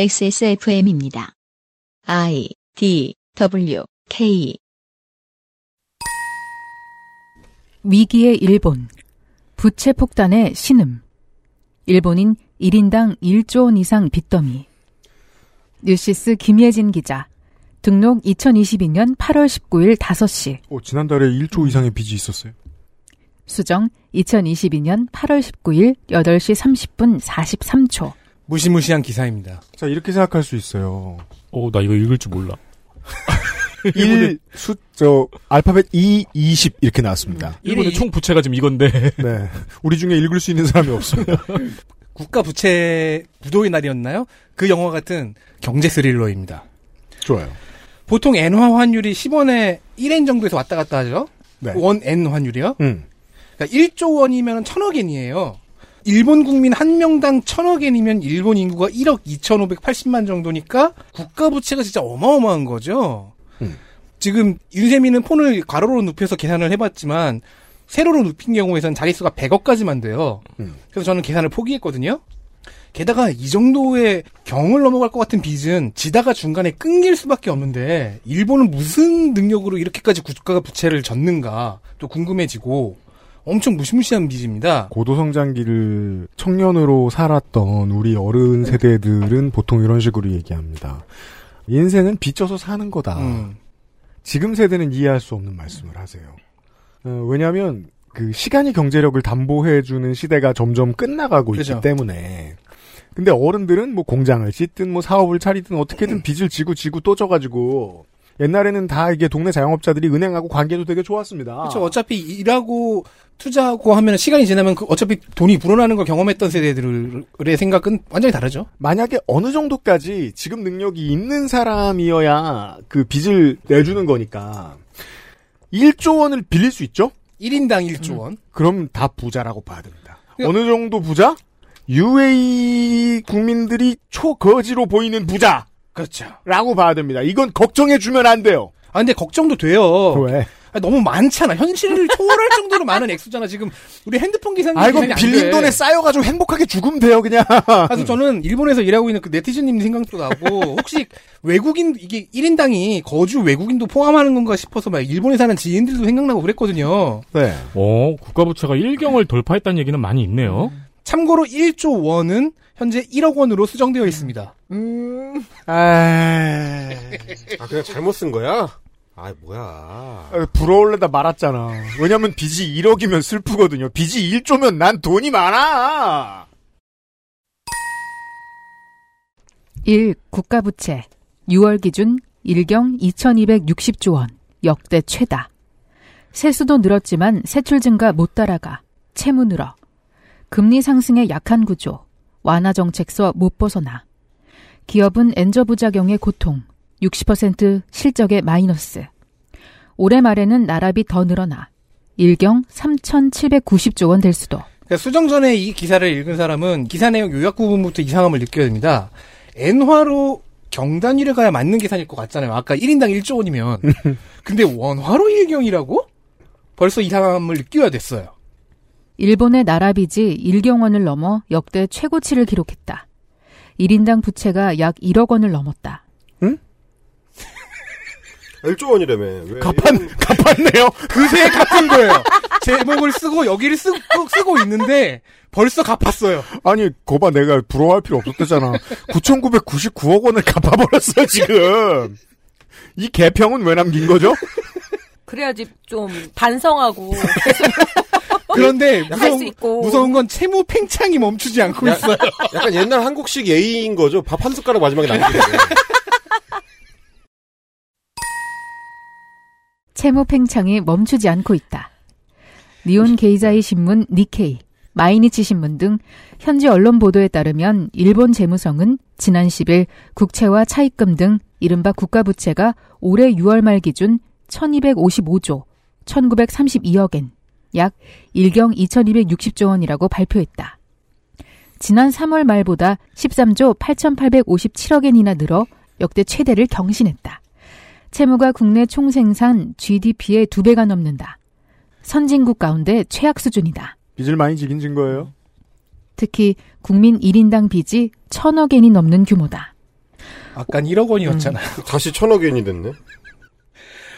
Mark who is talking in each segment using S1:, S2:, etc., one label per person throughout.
S1: XSFM입니다. I D W K
S2: 위기의 일본. 부채 폭탄의 신음. 일본인 1인당 1조 원 이상 빚더미. 뉴시스 김예진 기자. 등록 2022년 8월 19일 5시.
S3: 어, 지난달에 1조 이상의 빚이 있었어요.
S2: 수정 2022년 8월 19일 8시 30분 43초.
S4: 무시무시한 기사입니다.
S3: 자, 이렇게 생각할 수 있어요.
S5: 오, 나 이거 읽을 줄 몰라.
S3: 1, 숫, 저, 알파벳 2, 20 이렇게 나왔습니다.
S5: 일본의 총 부채가 지금 이건데.
S3: 네. 우리 중에 읽을 수 있는 사람이 없습니다.
S4: 국가 부채 무도의 날이었나요? 그 영화 같은 경제 스릴러입니다.
S3: 좋아요.
S4: 보통 엔화 환율이 10원에 1엔 정도에서 왔다 갔다 하죠.
S3: 네.
S4: 원 엔 환율이요.
S3: 음.
S4: 그러니까 1조 원이면 1천억 엔이에요. 일본 국민 한 명당 1천억 엔이면 일본 인구가 1억 2,580만 정도니까 국가 부채가 진짜 어마어마한 거죠.
S3: 음.
S4: 지금 윤세민은 폰을 가로로 눕혀서 계산을 해봤지만 세로로 눕힌 경우에선 자릿수가 100억까지만 돼요.
S3: 음.
S4: 그래서 저는 계산을 포기했거든요. 게다가 이 정도의 경을 넘어갈 것 같은 빚은 지다가 중간에 끊길 수밖에 없는데 일본은 무슨 능력으로 이렇게까지 국가가 부채를 졌는가 또 궁금해지고 엄청 무시무시한 빚입니다.
S3: 고도성장기를 청년으로 살았던 우리 어른 세대들은 보통 이런 식으로 얘기합니다. 인생은 빚져서 사는 거다.
S4: 음.
S3: 지금 세대는 이해할 수 없는 말씀을 하세요. 어, 왜냐하면 그 시간이 경제력을 담보해주는 시대가 점점 끝나가고
S4: 그죠.
S3: 있기 때문에. 근데 어른들은 뭐 공장을 짓든 뭐 사업을 차리든 어떻게든 빚을 지고 지고 또 져가지고 옛날에는 다 이게 동네 자영업자들이 은행하고 관계도 되게 좋았습니다.
S4: 그렇죠. 어차피 일하고 투자하고 하면 시간이 지나면 그 어차피 돈이 불어나는 걸 경험했던 세대들의 생각은 완전히 다르죠.
S3: 만약에 어느 정도까지 지금 능력이 있는 사람이어야 그 빚을 내주는 거니까 1조 원을 빌릴 수 있죠?
S4: 1인당 1조 원.
S3: 그럼 다 부자라고 봐야 됩니다.
S4: 그러니까-
S3: 어느 정도 부자? UAE 국민들이 초거지로 보이는 부자라고
S4: 그렇죠.
S3: 봐야 됩니다. 이건 걱정해 주면 안 돼요.
S4: 아 근데 걱정도 돼요.
S3: 왜?
S4: 아, 너무 많잖아. 현실을 초월할 정도로 많은 액수잖아. 지금 우리 핸드폰 기사님
S3: 아이고
S4: 기사님 안 돼.
S3: 빌린 돈에 쌓여가지고 행복하게 죽으면 돼요 그냥.
S4: 그래서 저는 일본에서 일하고 있는 그 네티즌님 생각도 나고 혹시 외국인 이게 1인당이 거주 외국인도 포함하는 건가 싶어서 막 일본에 사는 지인들도 생각나고 그랬거든요.
S3: 네.
S5: 어, 국가부채가 1경을 돌파했다는 얘기는 많이 있네요.
S4: 참고로 1조 원은 현재 1억 원으로 수정되어 있습니다.
S3: 아,
S6: 아 그냥 잘못 쓴 거야? 아 뭐야?
S3: 아, 부러울래다 말았잖아. 왜냐면 빚이 1억이면 슬프거든요. 빚이 1조면 난 돈이 많아.
S2: 1. 국가 부채. 6월 기준 일경 2260조 원. 역대 최다. 세수도 늘었지만 세출 증가 못 따라가. 채무 늘어. 금리 상승의 약한 구조. 완화 정책서 못 벗어나. 기업은 엔저 부작용의 고통. 60% 실적의 마이너스. 올해 말에는 나라비 더 늘어나. 일경 3790조 원 될 수도.
S4: 그러니까 수정 전에 이 기사를 읽은 사람은 기사 내용 요약 부분부터 이상함을 느껴야 됩니다. 엔화로 경단위를 가야 맞는 계산일 것 같잖아요. 아까 1인당 1조 원이면. 근데 원화로 일경이라고? 벌써 이상함을 느껴야 됐어요.
S2: 일본의 나라빚이 1경 원을 넘어 역대 최고치를 기록했다. 1인당 부채가 약 1억 원을 넘었다.
S6: 1조 원이라며. 왜?
S3: 갚았, 갚았네요.
S4: 그새 갚은 거예요. 제목을 쓰고 여기를 쓰, 고 있는데 벌써 갚았어요.
S3: 아니, 거봐, 내가 부러워할 필요 없었대잖아. 9,999억 원을 갚아버렸어, 지금. 이 개평은 왜 남긴 거죠?
S7: 그래야지 좀 반성하고
S4: 그런데
S7: 어, 할 수
S4: 무서운,
S7: 있고
S4: 무서운 건 채무 팽창이 멈추지 않고 있어요.
S6: 약간 옛날 한국식 예의인 거죠. 밥 한 숟가락 마지막에 남기는 거.
S2: 채무 팽창이 멈추지 않고 있다. 니온 게이자이 신문 니케이, 마이니치 신문 등 현지 언론 보도에 따르면 일본 재무성은 지난 10일 국채와 차입금 등 이른바 국가부채가 올해 6월 말 기준 1255조 1932억엔 약 1경 2260조 원이라고 발표했다. 지난 3월 말보다 13조 8857억엔이나 늘어 역대 최대를 경신했다. 채무가 국내 총생산 GDP의 두 배가 넘는다. 선진국 가운데 최악 수준이다.
S3: 빚을 많이 지긴 진 거예요.
S2: 특히 국민 1인당 빚이 천억 엔이 넘는 규모다.
S4: 아깐 1억 원이었잖아요.
S6: 다시 천억 엔이 됐네.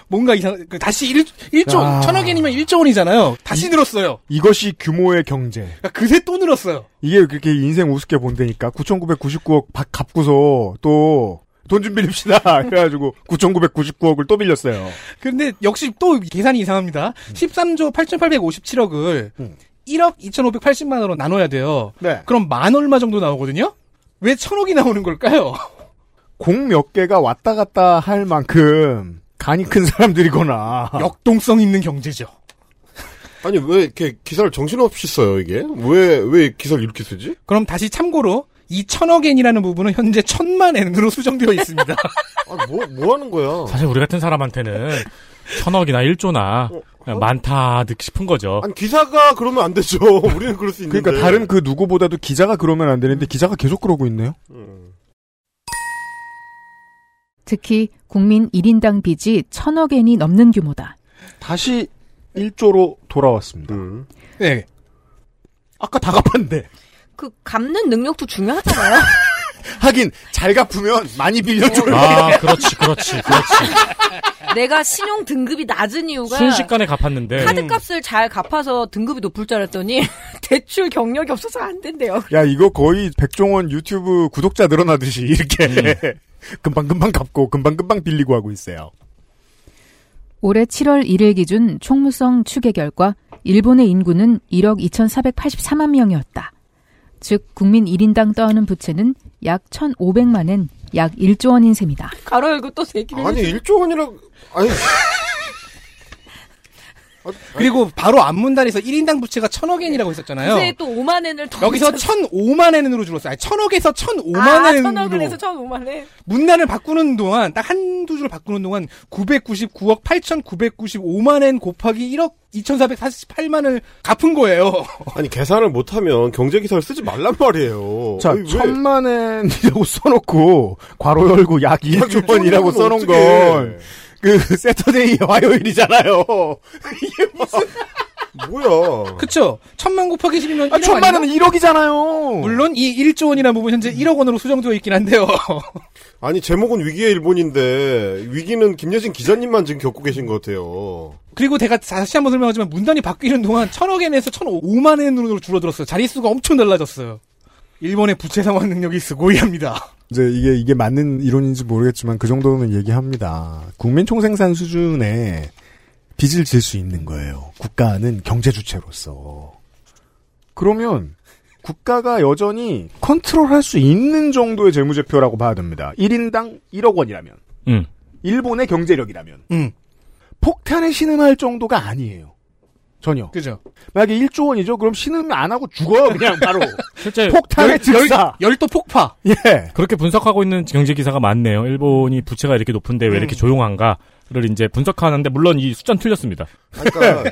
S4: 뭔가 이상, 그 다시 1, 1조,
S3: 아.
S4: 천억 엔이면 1조 원이잖아요. 다시 늘었어요.
S3: 이것이 규모의 경제.
S4: 그러니까 그새 또 늘었어요.
S3: 이게 그렇게 인생 우습게 본다니까. 9,999억 박 갚고서 또 돈 좀 빌립시다. 그래가지고 9,999억을 또 빌렸어요.
S4: 근데 역시 또 계산이 이상합니다. 13조 8,857억을
S3: 음.
S4: 1억 2,580만 원으로 나눠야 돼요.
S3: 네.
S4: 그럼 만 얼마 정도 나오거든요? 왜 천억이 나오는 걸까요?
S3: 공 몇 개가 왔다 갔다 할 만큼 간이 큰 사람들이거나
S4: 역동성 있는 경제죠.
S6: 아니 왜 이렇게 기사를 정신없이 써요 이게? 왜 왜 기사를 이렇게 쓰지?
S4: 그럼 다시 참고로 이 천억 엔이라는 부분은 현재 천만 엔으로 수정되어 있습니다.
S6: 아뭐뭐 하는 거야?
S5: 사실 우리 같은 사람한테는 천억이나 일조나 그냥 많다 듣 싶은 거죠.
S6: 아니 기사가 그러면 안 되죠. 우리는 그럴 수 있는데.
S3: 그러니까 다른 그 누구보다도 기자가 그러면 안 되는데 기자가 계속 그러고 있네요.
S6: 음.
S2: 특히 국민 1인당 빚이 천억 엔이 넘는 규모다.
S3: 다시 1조로 돌아왔습니다.
S6: 음.
S4: 네.
S3: 아까 다 갚았는데.
S7: 그 갚는 능력도 중요하잖아요.
S3: 하긴 잘 갚으면 많이 빌려줘요.
S5: 아, 그렇지, 그렇지, 그렇지.
S7: 내가 신용 등급이 낮은 이유가
S5: 순식간에 갚았는데.
S7: 카드값을 잘 갚아서 등급이 높을 줄 알았더니 대출 경력이 없어서 안 된대요.
S3: 야 이거 거의 백종원 유튜브 구독자 늘어나듯이 이렇게 금방 금방 갚고 금방 금방 빌리고 하고 있어요.
S2: 올해 7월 1일 기준 총무성 추계 결과 일본의 인구는 1억 2,484만 명이었다. 즉 국민 1인당 떠안은 부채는 약 1,500만 엔 약 1조 원인 셈이다.
S7: 가로 열고 또 세기를
S6: 아니 1조 원이라 아니
S4: 그리고 바로 앞문단에서 1인당 부채가 천억 엔이라고 했었잖아요.
S7: 요새 또 5만 엔을 더
S4: 여기서
S7: 붙였어.
S4: 1,005만 엔으로 줄었어요. 아니, 천억에서 1,005만
S7: 아,
S4: 엔으로.
S7: 천억을 해서 천 5만 엔.
S4: 문단을 바꾸는 동안 딱 한두 줄 바꾸는 동안 999억 8,995만 엔 곱하기 1억 2,448만을 갚은 거예요.
S6: 아니 계산을 못하면 경제 기사를 쓰지 말란 말이에요.
S3: 자
S6: 아니, 왜-
S3: 천만 엔이라고 써놓고 괄호 열고 약 1조 원이라고 써놓은
S6: 어떡해.
S3: 건. 그 세터데이 화요일이잖아요.
S6: 뭐야?
S4: 그쵸? 천만 곱하기 10이면
S3: 아,
S4: 1억
S3: 천만
S4: 아니에요?
S3: 원은 1억이잖아요.
S4: 물론 이 1조 원이라는 부분 현재 1억 원으로 수정되어 있긴 한데요.
S6: 아니 제목은 위기의 일본인데 위기는 김여진 기자님만 지금 겪고 계신 것 같아요.
S4: 그리고 제가 다시 한번 설명하지만 문단이 바뀌는 동안 천억 엔에서 1,005만 엔으로 줄어들었어요. 자릿수가 엄청 달라졌어요. 일본의 부채 상환 능력이 고이합니다.
S3: 이제 이게 이게 맞는 이론인지 모르겠지만 그 정도는 얘기합니다. 국민 총생산 수준에 빚을 질 수 있는 거예요. 국가는 경제 주체로서. 그러면 국가가 여전히 컨트롤할 수 있는 정도의 재무제표라고 봐야 됩니다. 1인당 1억 원이라면.
S5: 음.
S3: 일본의 경제력이라면.
S4: 음.
S3: 폭탄에 신음할 정도가 아니에요. 전혀.
S4: 그죠?
S3: 만약에 1조 원이죠? 그럼 신음 안 하고 죽어요, 그냥 바로.
S5: 실제
S3: 폭탄에 즉사.
S4: 열도 폭파.
S3: 예.
S5: 그렇게 분석하고 있는 경제 기사가 많네요. 일본이 부채가 이렇게 높은데 왜 이렇게 조용한가를 이제 분석하는데 물론 이 숫자는 틀렸습니다.
S6: 아니, 그러니까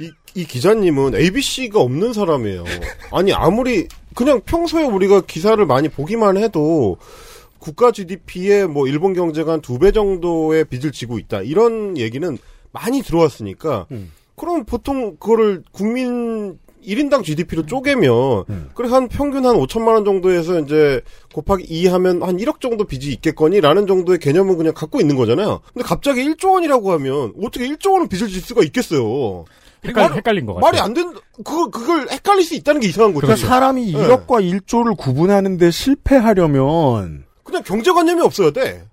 S6: 이, 이 기자님은 ABC가 없는 사람이에요. 아니 아무리 그냥 평소에 우리가 기사를 많이 보기만 해도 국가 GDP에 뭐 일본 경제가 한 두 배 정도의 빚을 지고 있다 이런 얘기는 많이 들어왔으니까
S3: 음.
S6: 그럼 보통 그거를 국민 1인당 GDP로 쪼개면 그래서 한 평균 한 5천만 원 정도에서 이제 곱하기 2 하면 한 1억 정도 빚이 있겠거니라는 정도의 개념은 그냥 갖고 있는 거잖아요. 근데 갑자기 1조 원이라고 하면 어떻게 1조 원은 빚을 질 수가 있겠어요.
S5: 헷갈린,
S6: 말-
S5: 헷갈린 것 같아요.
S6: 말이 안 된다. 그 그걸 헷갈릴 수 있다는 게 이상한 거죠.
S3: 그러니까 사람이
S6: 네.
S3: 1억과 1조를 구분하는데 실패하려면
S6: 그냥 경제관념이 네. 없어야 돼.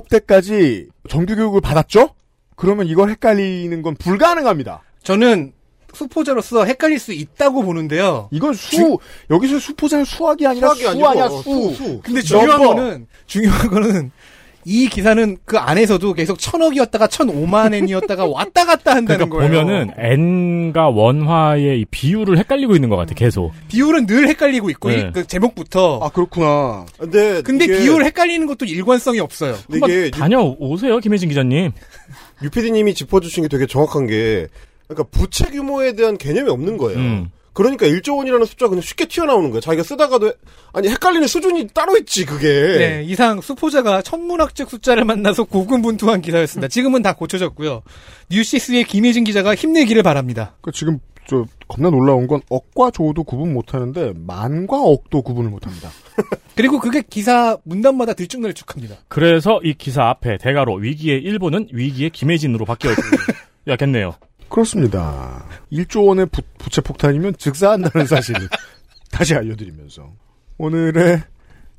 S3: 19대까지 정규교육을 받았죠? 그러면 이걸 헷갈리는 건 불가능합니다.
S4: 저는 수포자로서 헷갈릴 수 있다고 보는데요.
S3: 이건 수, 여기서 수포자는 수학이 아니라
S6: 수학이
S3: 수
S6: 아니고,
S3: 아니야,
S6: 어,
S3: 수.
S6: 수, 수.
S4: 근데 중요한
S3: 넘버.
S4: 거는 중요한 거는 이 기사는 그 안에서도 계속 천억이었다가 천오만 엔이었다가 왔다 갔다
S5: 그러니까
S4: 한다는 거예요.
S5: 보면은 n과 원화의 이 비율을 헷갈리고 있는 것 같아 계속.
S4: 비율은 늘 헷갈리고 있고
S5: 네.
S4: 이- 그 제목부터.
S3: 아, 그렇구나.
S6: 근데
S4: 근데
S6: 이게-
S4: 비율 헷갈리는 것도 일관성이 없어요.
S6: 근데 이게
S5: 다녀오세요 김혜진 기자님.
S6: 유피디님이 짚어주신 게 되게 정확한 게 그러니까 부채 규모에 대한 개념이 없는 거예요.
S5: 음.
S6: 그러니까 1조 원이라는 숫자가 그냥 쉽게 튀어나오는 거예요. 자기가 쓰다가도 해- 아니 헷갈리는 수준이 따로 있지 그게.
S4: 네, 이상 수포자가 천문학적 숫자를 만나서 고군분투한 기사였습니다. 지금은 다 고쳐졌고요. 뉴시스의 김혜진 기자가 힘내기를 바랍니다.
S3: 그러니까 지금 저 겁나 놀라운 건 억과 조도 구분 못 하는데 만과 억도 구분을 못 합니다.
S4: 그리고 그게 기사 문단마다 들쭉날쭉합니다.
S5: 그래서 이 기사 앞에 대가로 위기의 일본은 위기의 김혜진으로 바뀌어 야겠네요.
S3: 그렇습니다. 1조 원의 부, 부채 폭탄이면 즉사한다는 사실을 다시 알려드리면서 오늘의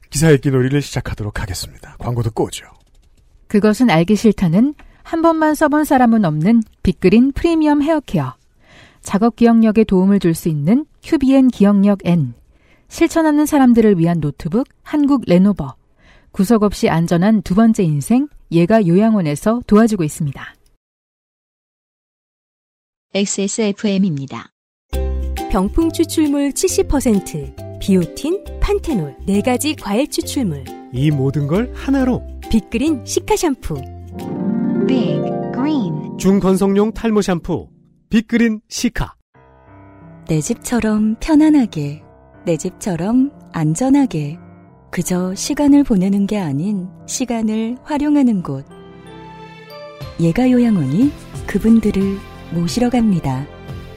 S3: 기사 읽기 놀이를 시작하도록 하겠습니다. 광고 듣고 오죠.
S2: 그것은 알기 싫다는 한 번만 써본 사람은 없는 빅그린 프리미엄 헤어케어. 작업 기억력에 도움을 줄 수 있는 큐비엔 기억력 N. 실천하는 사람들을 위한 노트북 한국 레노버. 구석 없이 안전한 두 번째 인생 예가 요양원에서 도와주고 있습니다.
S1: XSFM입니다.
S8: 병풍 추출물 70%, 비오틴, 판테놀 네 가지 과일 추출물,
S9: 이 모든 걸 하나로
S8: 빅그린 시카 샴푸.
S10: Big green.
S9: 중건성용 탈모 샴푸 빅그린 시카
S10: 내 집처럼 편안하게, 내 집처럼 안전하게. 그저 시간을 보내는 게 아닌 시간을 활용하는 곳. 예가 요양원이 그분들을 모시러 갑니다.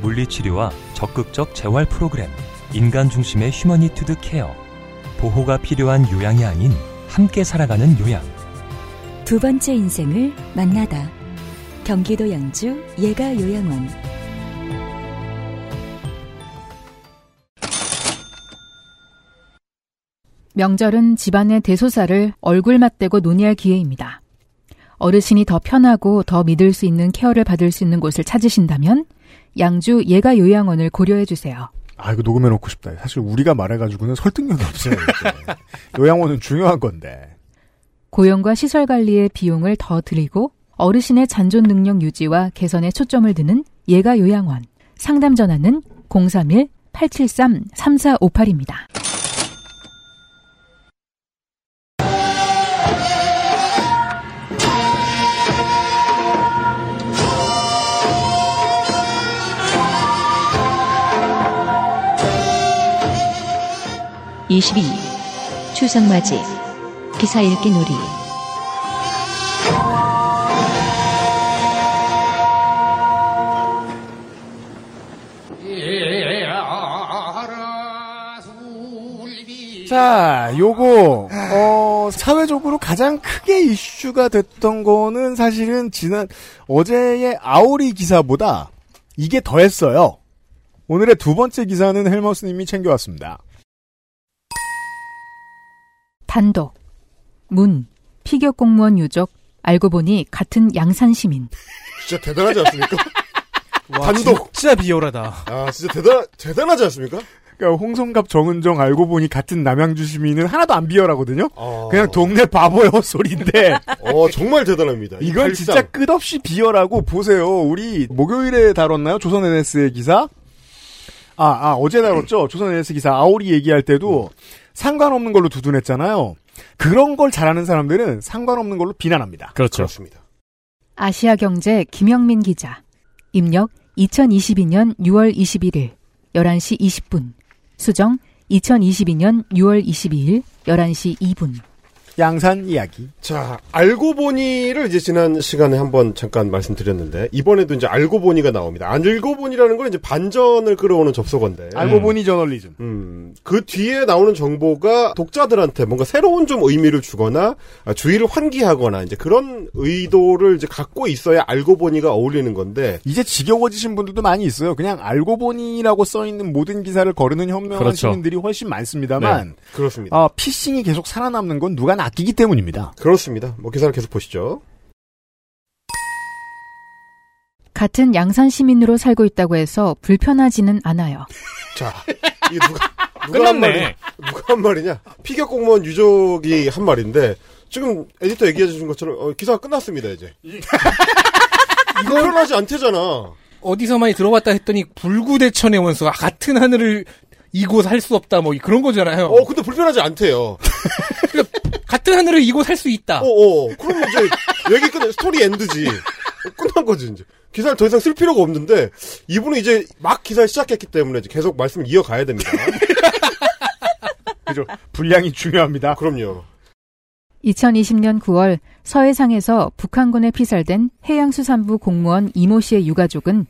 S11: 물리치료와 적극적 재활 프로그램, 인간 중심의 휴머니투드 케어, 보호가 필요한 요양이 아닌 함께 살아가는 요양.
S10: 두 번째 인생을 만나다. 경기도 양주 예가 요양원.
S2: 명절은 집안의 대소사를 얼굴 맞대고 논의할 기회입니다. 어르신이 더 편하고 더 믿을 수 있는 케어를 받을 수 있는 곳을 찾으신다면 양주 예가 요양원을 고려해 주세요.
S3: 아 이거 녹음해 놓고 싶다. 사실 우리가 말해가지고는 설득력이 없어요. 이게. 요양원은 중요한 건데.
S2: 고용과 시설 관리의 비용을 더 들이고 어르신의 잔존 능력 유지와 개선에 초점을 두는 예가 요양원. 상담 전화는 031-873-3458입니다.
S1: 이십이 추석 맞이 기사 읽기 놀이
S3: 자, 요거 어, 사회적으로 가장 크게 이슈가 됐던 거는 사실은 지난 어제의 아오리 기사보다 이게 더했어요. 오늘의 두 번째 기사는 헬머스님이 챙겨왔습니다.
S2: 단독, 문, 피격 공무원 유족, 알고 보니 같은 양산 시민.
S6: 진짜 대단하지 않습니까?
S4: 와,
S6: 단독.
S4: 진짜 비열하다.
S6: 아 진짜 대단 대단하지 않습니까?
S3: 그러니까 홍성갑 정은정 알고 보니 같은 남양주 시민은 하나도 안 비열하거든요.
S6: 어,
S3: 그냥 동네 바보의 헛소리인데
S6: 어 정말 대단합니다. 이
S3: 이건
S6: 발상.
S3: 진짜 끝없이 비열하고 보세요. 우리 목요일에 다뤘나요? 조선 NS의 기사? 아, 아, 어제 다뤘죠? 조선 NS 기사 아오리 얘기할
S5: 음.
S3: 때도 상관없는 걸로 두둔했잖아요. 그런 걸 잘하는 사람들은 상관없는 걸로 비난합니다.
S5: 그렇죠.
S6: 그렇습니다.
S2: 아시아 경제 김영민 기자. 입력 2022년 6월 21일 11시 20분. 수정 2022년 6월 22일 11시 2분.
S3: 양산 이야기.
S5: 음.
S6: 자 알고 보니를 이제 지난 시간에 한번 잠깐 말씀드렸는데 이번에도 이제 알고 보니가 나옵니다. 알고 보니라는 건 이제 반전을 끌어오는 접속어인데.
S3: 알고 보니 저널리즘.
S6: 음, 그 뒤에 나오는 정보가 독자들한테 뭔가 새로운 좀 의미를 주거나 아, 주의를 환기하거나 이제 그런 의도를 이제 갖고 있어야 알고 보니가 어울리는 건데
S3: 이제 지겨워지신 분들도 많이 있어요. 그냥 알고 보니라고 써있는 모든 기사를 거르는 현명한
S5: 그렇죠. 네.
S3: 시민들이 훨씬 많습니다만,
S6: 그렇습니다.
S3: 아, 피싱이 계속 살아남는 건 누가 아끼기 때문입니다.
S6: 그렇습니다. 뭐 기사를 계속 보시죠.
S2: 같은 양산 시민으로 살고 있다고 해서 불편하지는 않아요.
S6: 자, 이 누가
S3: 그렇죠.
S6: 누가 한 말이냐? 누가 한 말이냐? 피격 공무원 유족이 한 말인데 지금 에디터 얘기해 주신 것처럼 어, 기사가 끝났습니다 이제. 이거 일어나지 않대잖아.
S4: 어디서 많이 들어봤다 했더니 불구대천의 원수가 같은 하늘을 이고 살 수 없다 뭐 그런 거잖아요.
S6: 어, 근데 불편하지 않대요.
S4: 같은 하늘을 이고 살 수 있다.
S6: 어, 어. 그럼 이제 얘기 끝 스토리 엔드지. 끝난 거지 이제. 기사를 더 이상 쓸 필요가 없는데 이분은 이제 막 기사를 시작했기 때문에 이제 계속 말씀을 이어가야 됩니다.
S3: 그죠? 분량이 중요합니다.
S6: 그럼요.
S2: 2020년 9월 서해상에서 북한군에 피살된 해양수산부 공무원 이모 씨의 유가족은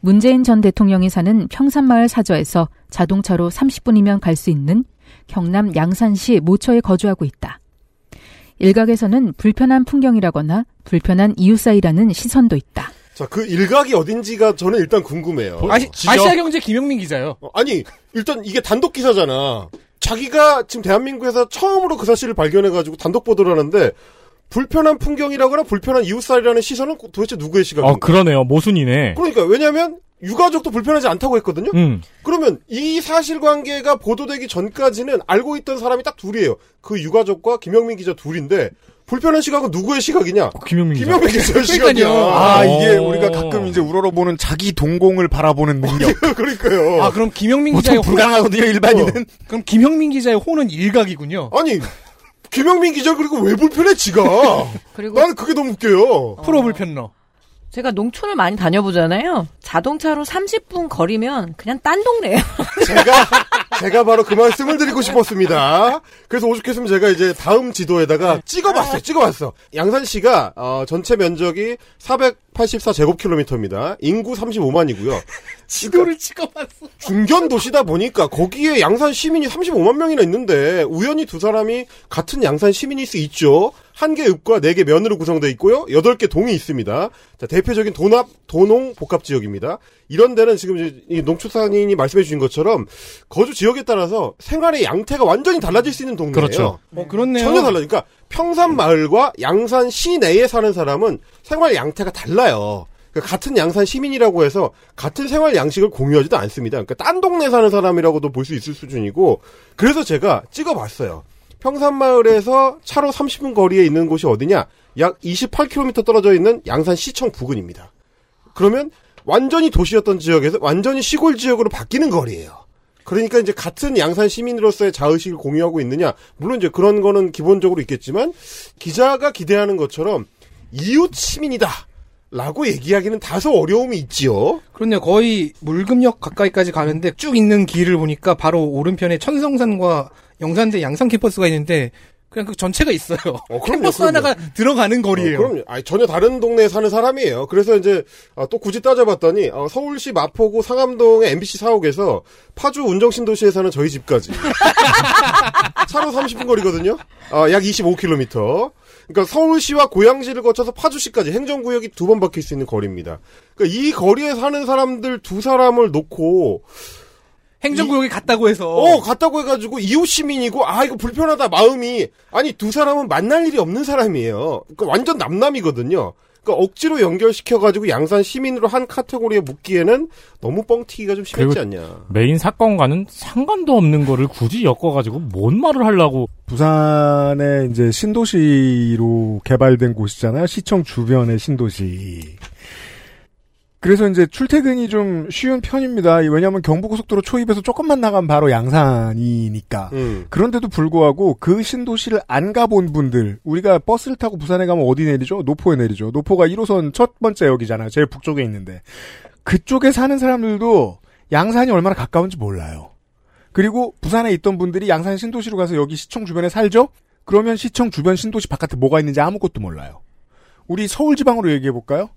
S2: 문재인 전 대통령이 사는 평산마을 사저에서 자동차로 30분이면 갈 수 있는 경남 양산시 모처에 거주하고 있다. 일각에서는 불편한 풍경이라거나 불편한 이웃 사이라는 시선도 있다.
S6: 자, 그 일각이 어딘지가 저는 일단 궁금해요.
S4: 아시, 아시아 경제 김영민 기자요.
S6: 어, 아니, 일단 이게 단독 기사잖아. 자기가 지금 대한민국에서 처음으로 그 사실을 발견해가지고 단독 보도를 하는데, 불편한 풍경이라거나 불편한 이웃살이라는 시선은 도대체 누구의 시각인가?
S5: 어, 그러네요. 모순이네.
S6: 그러니까, 왜냐면, 유가족도 불편하지 않다고 했거든요?
S5: 음.
S6: 그러면 이 사실관계가 보도되기 전까지는 알고 있던 사람이 딱 둘이에요. 그 유가족과 김영민 기자 둘인데, 불편한 시각은 누구의 시각이냐?
S5: 어, 김영민 기자.
S6: 김영민 기자의 시각이야.
S3: 아, 이게 우리가 가끔 이제 우러러보는 자기 동공을 바라보는 능력.
S6: 그러니까요.
S4: 아, 그럼 김영민
S3: 보통
S4: 기자의 어.
S3: 불가능하거든요, 일반인은.
S4: 그럼 김영민 기자의 호는 일각이군요.
S6: 아니, 김영민 기자 그리고 왜 불편해 지가?
S4: 어?
S7: 그리고
S6: 나는 그게 너무 웃겨요.
S4: 프로 불편러.
S7: 제가 농촌을 많이 다녀보잖아요. 자동차로 30분 거리면 그냥 딴 동네예요.
S6: 제가 바로 그 말씀을 드리고 싶었습니다. 그래서 오죽했으면 제가 이제 다음
S7: 네.
S6: 지도에다가 찍어봤어요, 찍어봤어. 양산시가 어, 전체 면적이 484 제곱킬로미터입니다. 인구 35만이고요.
S4: 지도를 찍어봤어.
S6: 중견 도시다 보니까 거기에 양산 시민이 35만 명이나 있는데 우연히 두 사람이 같은 양산 시민일 수 있죠. 한 개 읍과 네 개 면으로 구성되어 있고요. 여덟 개 동이 있습니다. 자, 대표적인 도납, 도농 복합 지역입니다. 이런 데는 지금 이제 이 농축산인이 말씀해 주신 것처럼 거주 지역에 따라서 생활의 양태가 완전히 달라질 수 있는 동네예요.
S5: 그렇죠.
S4: 어, 그렇네요.
S6: 전혀 달라니까 평산 마을과 양산 시내에 사는 사람은 생활 양태가 달라요. 그러니까 같은 양산 시민이라고 해서 같은 생활 양식을 공유하지도 않습니다. 그러니까 딴 동네 사는 사람이라고도 볼 수 있을 수준이고 그래서 제가 찍어봤어요. 평산 마을에서 차로 30분 거리에 있는 곳이 어디냐? 약 28km 떨어져 있는 양산 시청 부근입니다. 그러면 완전히 도시였던 지역에서 완전히 시골 지역으로 바뀌는 거리예요. 그러니까 이제 같은 양산 시민으로서의 자의식을 공유하고 있느냐 물론 이제 그런 거는 기본적으로 있겠지만 기자가 기대하는 것처럼 이웃 시민이다. 라고 얘기하기는 다소 어려움이 있지요.
S4: 그렇네요. 거의 물금역 가까이까지 가는데 쭉 있는 길을 보니까 바로 오른편에 천성산과 영산대 양산 캠퍼스가 있는데 그냥 그 전체가 있어요.
S6: 어, 그럼요,
S4: 캠퍼스
S6: 그럼요.
S4: 하나가 들어가는 거리예요.
S6: 어, 그럼요. 아니, 전혀 다른 동네에 사는 사람이에요. 그래서 이제 아, 또 굳이 따져봤더니 어, 서울시 마포구 상암동의 MBC 사옥에서 파주 운정신도시에 사는 저희 집까지 차로 30분 거리거든요. 아, 약 25km. 그러니까 서울시와 고양시를 거쳐서 파주시까지 행정구역이 두 번 바뀔 수 있는 거리입니다. 그러니까 이 거리에 사는 사람들 두 사람을 놓고
S4: 행정구역이 같다고 해서
S6: 어, 갔다고 해가지고 이웃 시민이고 아 이거 불편하다 마음이 아니 두 사람은 만날 일이 없는 사람이에요. 그러니까 완전 남남이거든요. 그러니까 억지로 연결시켜가지고 양산 시민으로 한 카테고리에 묶기에는 너무 뻥튀기가 좀 심했지
S5: 그리고-
S6: 않냐.
S5: 메인 사건과는 상관도 없는 거를 굳이 엮어가지고 뭔 말을 하려고.
S3: 부산의 이제 신도시로 개발된 곳이잖아요. 시청 주변의 신도시. 그래서 이제 출퇴근이 좀 쉬운 편입니다. 이- 왜냐하면 경부고속도로 초입에서 조금만 나가면 바로
S5: 아,
S3: 양산이니까.
S6: 음.
S3: 그런데도 불구하고 그 신도시를 안 가본 분들, 우리가 버스를 타고 부산에 가면 어디 내리죠? 노포에 내리죠. 노포가 1호선 첫 번째 역이잖아요. 제일 북쪽에 있는데. 그쪽에 사는 사람들도 양산이 얼마나 가까운지 몰라요. 그리고 부산에 있던 분들이 양산 신도시로 가서 여기 시청 주변에 살죠? 그러면 시청 주변 신도시 바깥에 뭐가 있는지 아무것도 몰라요. 우리 서울 지방으로 얘기해 볼까요?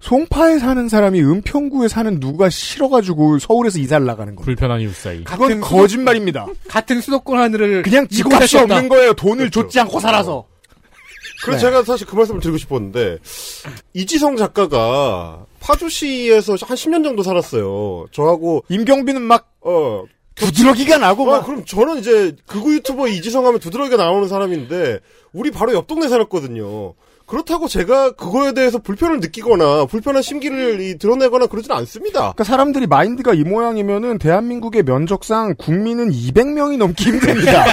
S3: 송파에 사는 사람이 은평구에 사는 누가 싫어가지고 서울에서 이사를 나가는 거예요.
S5: 불편한 이웃 사이.
S3: 그건 거짓말입니다.
S4: 같은 수도권 하늘을
S3: 그냥
S4: 잊고
S3: 지고할 수
S4: 다녔다. 어.
S3: 없는 거예요. 돈을
S6: 그렇죠.
S3: 줬지 않고 살아서.
S6: 그래서 제가 사실 그 말씀을 드리고 싶었는데 이지성 작가가 파주시에서 한 10년 정도 살았어요. 저하고
S3: 임경빈은 막
S6: 어
S3: 부지러기가 나고
S6: 아,
S3: 막
S6: 그럼 저는 이제 극우 유튜버 이지성 하면 두드러기가 나오는 사람인데 우리 바로 옆 동네 살았거든요. 그렇다고 제가 그거에 대해서 불편을 느끼거나 불편한 심기를 이, 드러내거나 그러진 않습니다.
S3: 그러니까 사람들이 마인드가 이 모양이면은 대한민국의 면적상 국민은 200명이 넘기 힘듭니다.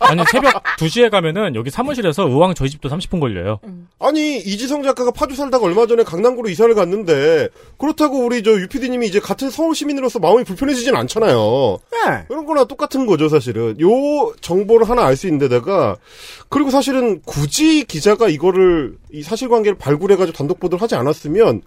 S5: 아니, 새벽 2시에 가면은 여기 사무실에서 의왕 저희 집도 30분 걸려요.
S3: 음.
S6: 아니 이지성 작가가 파주 살다가 얼마 전에 강남구로 이사를 갔는데 그렇다고 우리 저 유피디님이 이제 같은 서울 시민으로서 마음이 불편해지진 않잖아요.
S3: 네.
S6: 이런 거나 똑같은 거죠, 사실은. 요 정보를 하나 알 수 있는데다가, 그리고 사실은 굳이 기자가 이거를, 이 사실관계를 발굴해가지고 단독 보도를 하지 않았으면,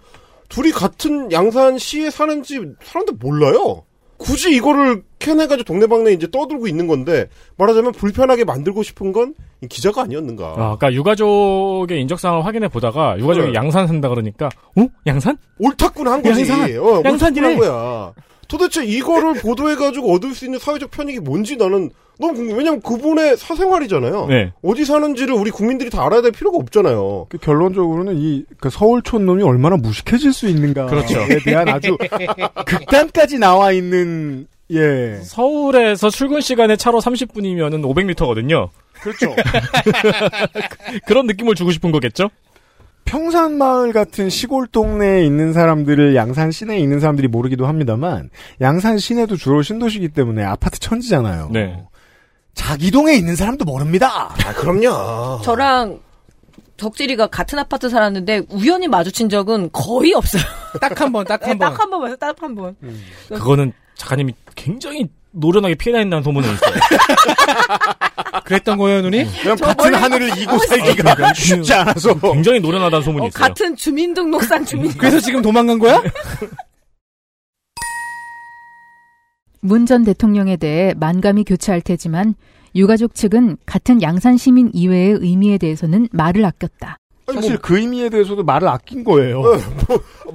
S6: 둘이 같은 양산시에 사는지 사람들 몰라요. 굳이 이거를 캐내가지고 동네방네 이제 떠들고 있는 건데, 말하자면 불편하게 만들고 싶은 건이 기자가 아니었는가.
S5: 아, 아까 유가족의 인적사항을 확인해 보다가 유가족이
S6: 네.
S5: 양산 산다 그러니까, 어? 양산?
S6: 옳다구나 한 거지.
S5: 양산.
S6: 어, 옳다구나
S5: 양산이네.
S6: 한 거야. 도대체 이거를 보도해가지고 얻을 수 있는 사회적 편익이 뭔지 나는 너무 궁금. 왜냐면 그분의 사생활이잖아요.
S3: 네.
S6: 어디 사는지를 우리 국민들이 다 알아야 될 필요가 없잖아요.
S3: 그 결론적으로는 이 그 서울촌 놈이 얼마나 무식해질 수 있는가에
S5: 그렇죠.
S3: 대한 아주 극단까지 나와 있는 예
S5: 서울에서 출근 시간에 차로 30분이면은 500m거든요.
S3: 그렇죠.
S5: 그런 느낌을 주고 싶은 거겠죠?
S3: 평산 마을 같은 시골 동네에 있는 사람들을 양산 시내에 있는 사람들이 모르기도 합니다만 양산 시내도 주로 신도시기 때문에 아파트 천지잖아요.
S5: 네.
S3: 자기동에 있는 사람도 모릅니다.
S6: 아 그럼요.
S7: 저랑 덕질이가 같은 아파트 살았는데 우연히 마주친 적은 거의 없어요.
S4: 딱 한 번, 딱 한 번.
S7: 딱 한 번 봤어요. 딱 한 번.
S5: 그거는 작가님이 굉장히 노련하게 피해나 있다는 소문은 있어요.
S4: 그랬던 거예요, 눈이?
S3: 그냥
S7: 저 같은 원래- 하늘을 이고 살기가
S3: 그러니까
S5: 쉽지 않아서 굉장히 노련하다는 소문이
S7: 어,
S5: 있어요.
S7: 같은 주민등록상 주민.
S4: 그래서 지금 도망간 거야?
S2: 문 전 대통령에 대해 만감이 교차할 테지만 유가족 측은 같은 양산 시민 이외의 의미에 대해서는 말을 아꼈다.
S6: 뭐
S3: 사실 그 의미에 대해서도 말을 아낀 거예요.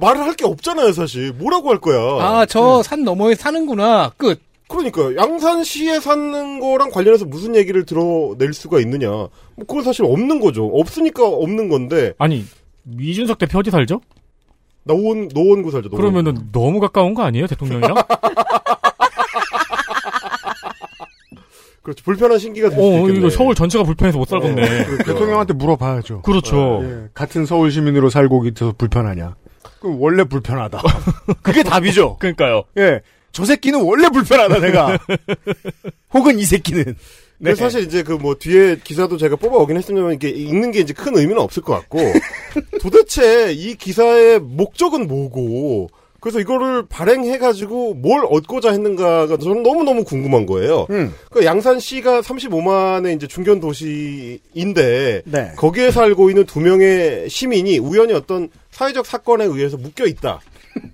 S6: 말을 할 게 없잖아요, 사실. 뭐라고 할 거야.
S3: 어.
S4: 아, 저
S3: 음.
S4: 산 너머에 사는구나. 끝.
S6: 그러니까요. 양산시에 사는 거랑 관련해서 무슨 얘기를 들어낼 수가 있느냐. 뭐 그건 사실 없는 거죠. 없으니까 없는 건데.
S5: 아니, 이준석 대표 어디 살죠?
S6: 노원, 노원구 살죠, 노원구.
S5: 그러면은 너무 가까운 거 아니에요, 대통령이랑?
S6: 그렇죠. 불편한 신기가 될 수
S5: 어,
S6: 있겠네.
S5: 이거 서울 전체가 불편해서 못 살겠네.
S3: 네, 대통령한테 물어봐야죠.
S5: 그렇죠.
S3: 예, 같은 서울 시민으로 살고 있어서 불편하냐? 그럼 원래 불편하다. 그게 답이죠.
S5: 그러니까요.
S3: 예, 저 새끼는 원래 불편하다 내가. 혹은 이 새끼는.
S6: 근데 사실 이제 그 뭐 뒤에 기사도 제가 뽑아오긴 했습니다만 이게 읽는 게 이제 큰 의미는 없을 것 같고 도대체 이 기사의 목적은 뭐고 그래서 이거를 발행해가지고 뭘 얻고자 했는가가 저는 너무너무 궁금한 거예요.
S3: 음.
S6: 그 양산시가 35만의 이제 중견 도시인데
S3: 네.
S6: 거기에 살고 있는 두 명의 시민이 우연히 어떤 사회적 사건에 의해서 묶여 있다.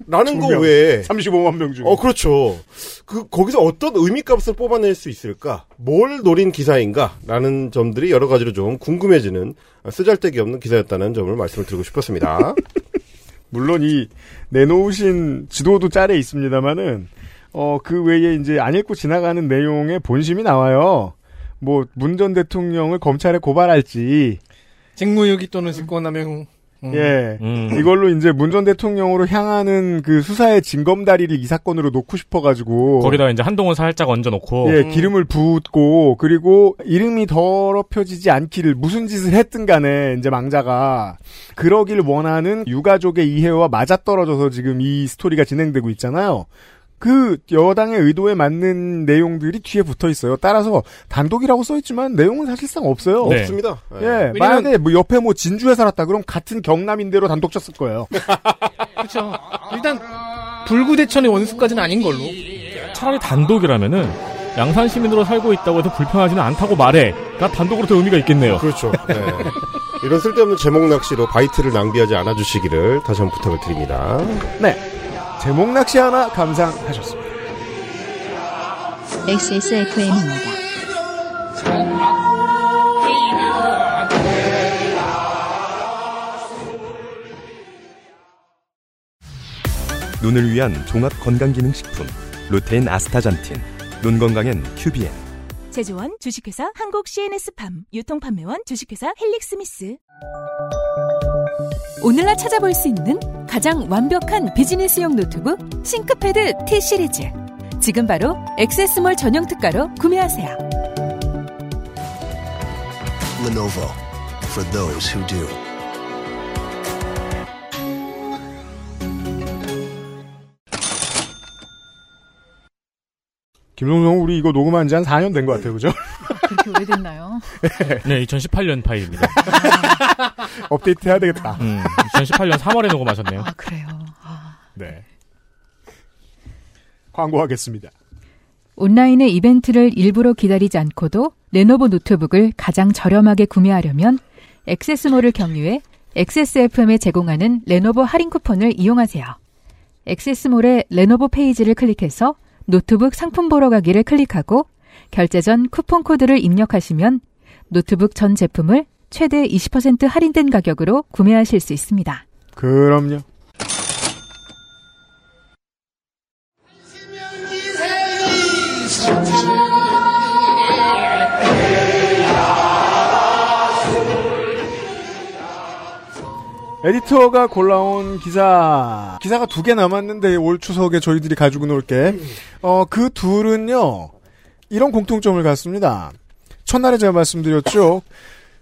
S6: 라는 거
S3: 두 명.
S6: 외에
S3: 35만 명
S4: 음.
S3: 중에.
S6: 어 그렇죠. 그 거기서 어떤 의미값을 뽑아낼 수 있을까? 뭘 노린 기사인가? 라는 점들이 여러 가지로 좀 궁금해지는 아, 쓰잘데기 없는 기사였다는 점을 말씀을 드리고 싶었습니다.
S3: 물론 이 내놓으신 지도도 짤에 있습니다만은 어 그 외에 이제 안 읽고 지나가는 내용의 본심이 나와요. 뭐 문 전 대통령을 검찰에 고발할지
S4: 직무유기 또는 직권남용. 음.
S3: 예
S5: 음.
S3: 이걸로 이제 문 전 대통령으로 향하는 그 수사의 징검다리를 이 사건으로 놓고 싶어가지고
S5: 거기다 이제 한동훈 살짝 얹어놓고.
S3: 예, 기름을 붓고 그리고 이름이 더럽혀지지 않기를 무슨 짓을 했든 간에 이제 망자가 그러길 원하는 유가족의 이해와 맞아떨어져서 지금 이 스토리가 진행되고 있잖아요. 그 여당의 의도에 맞는 내용들이 뒤에 붙어 있어요. 따라서 단독이라고 써 있지만 내용은 사실상 없어요.
S5: 네.
S6: 없습니다. 예.
S3: 예, 만약에 뭐 옆에 뭐 진주에 살았다 그럼 같은 경남인대로 단독 쳤을 거예요.
S4: 그렇죠. 일단 불구대천의 원수까지는 아닌 걸로.
S5: 차라리 단독이라면은 양산 시민으로 살고 있다고 해서 불편하지는 않다고 말해가 단독으로 더 의미가 있겠네요.
S6: 그렇죠. 네. 이런 쓸데없는 제목 낚시로 바이트를 낭비하지 않아 주시기를 다시 한번 부탁을 드립니다.
S3: 네. 제목 낚시 하나 감상하셨습니다.
S1: XSFM입니다.
S12: 눈을 위한 종합 건강 기능 식품 루테인 아스타잔틴 눈 건강엔 큐비엔
S8: 제조원 주식회사 한국 CNS팜 유통판매원 주식회사 헬릭스미스 오늘날 찾아볼 수 있는 가장 완벽한 비즈니스용 노트북 싱크패드 T 시리즈 지금 바로 액세스몰 전용 특가로 구매하세요.
S13: Lenovo for those who do.
S3: 김종성 우리 이거 녹음한 지 한 4년 된 것 같아요. 그죠?
S2: 그렇게 오래됐나요?
S5: 네, 2018년 파일입니다.
S3: 업데이트 해야 되겠다.
S5: 음, 2018년 3월에 녹음하셨네요.
S2: 아, 그래요.
S3: 네. 광고하겠습니다.
S2: 온라인의 이벤트를 일부러 기다리지 않고도 레노버 노트북을 가장 저렴하게 구매하려면 액세스몰을 경유해 XSFM에 제공하는 레노버 할인 쿠폰을 이용하세요. 액세스몰의 레노버 페이지를 클릭해서 노트북 상품 보러 가기를 클릭하고 결제 전 쿠폰 코드를 입력하시면 노트북 전 제품을 최대 20% 할인된 가격으로 구매하실 수 있습니다.
S3: 그럼요. 에디터가 골라온 기사. 기사가 두 개 남았는데 올 추석에 저희들이 가지고 놀게. 어, 그 둘은요. 이런 공통점을 갖습니다. 첫날에 제가 말씀드렸죠.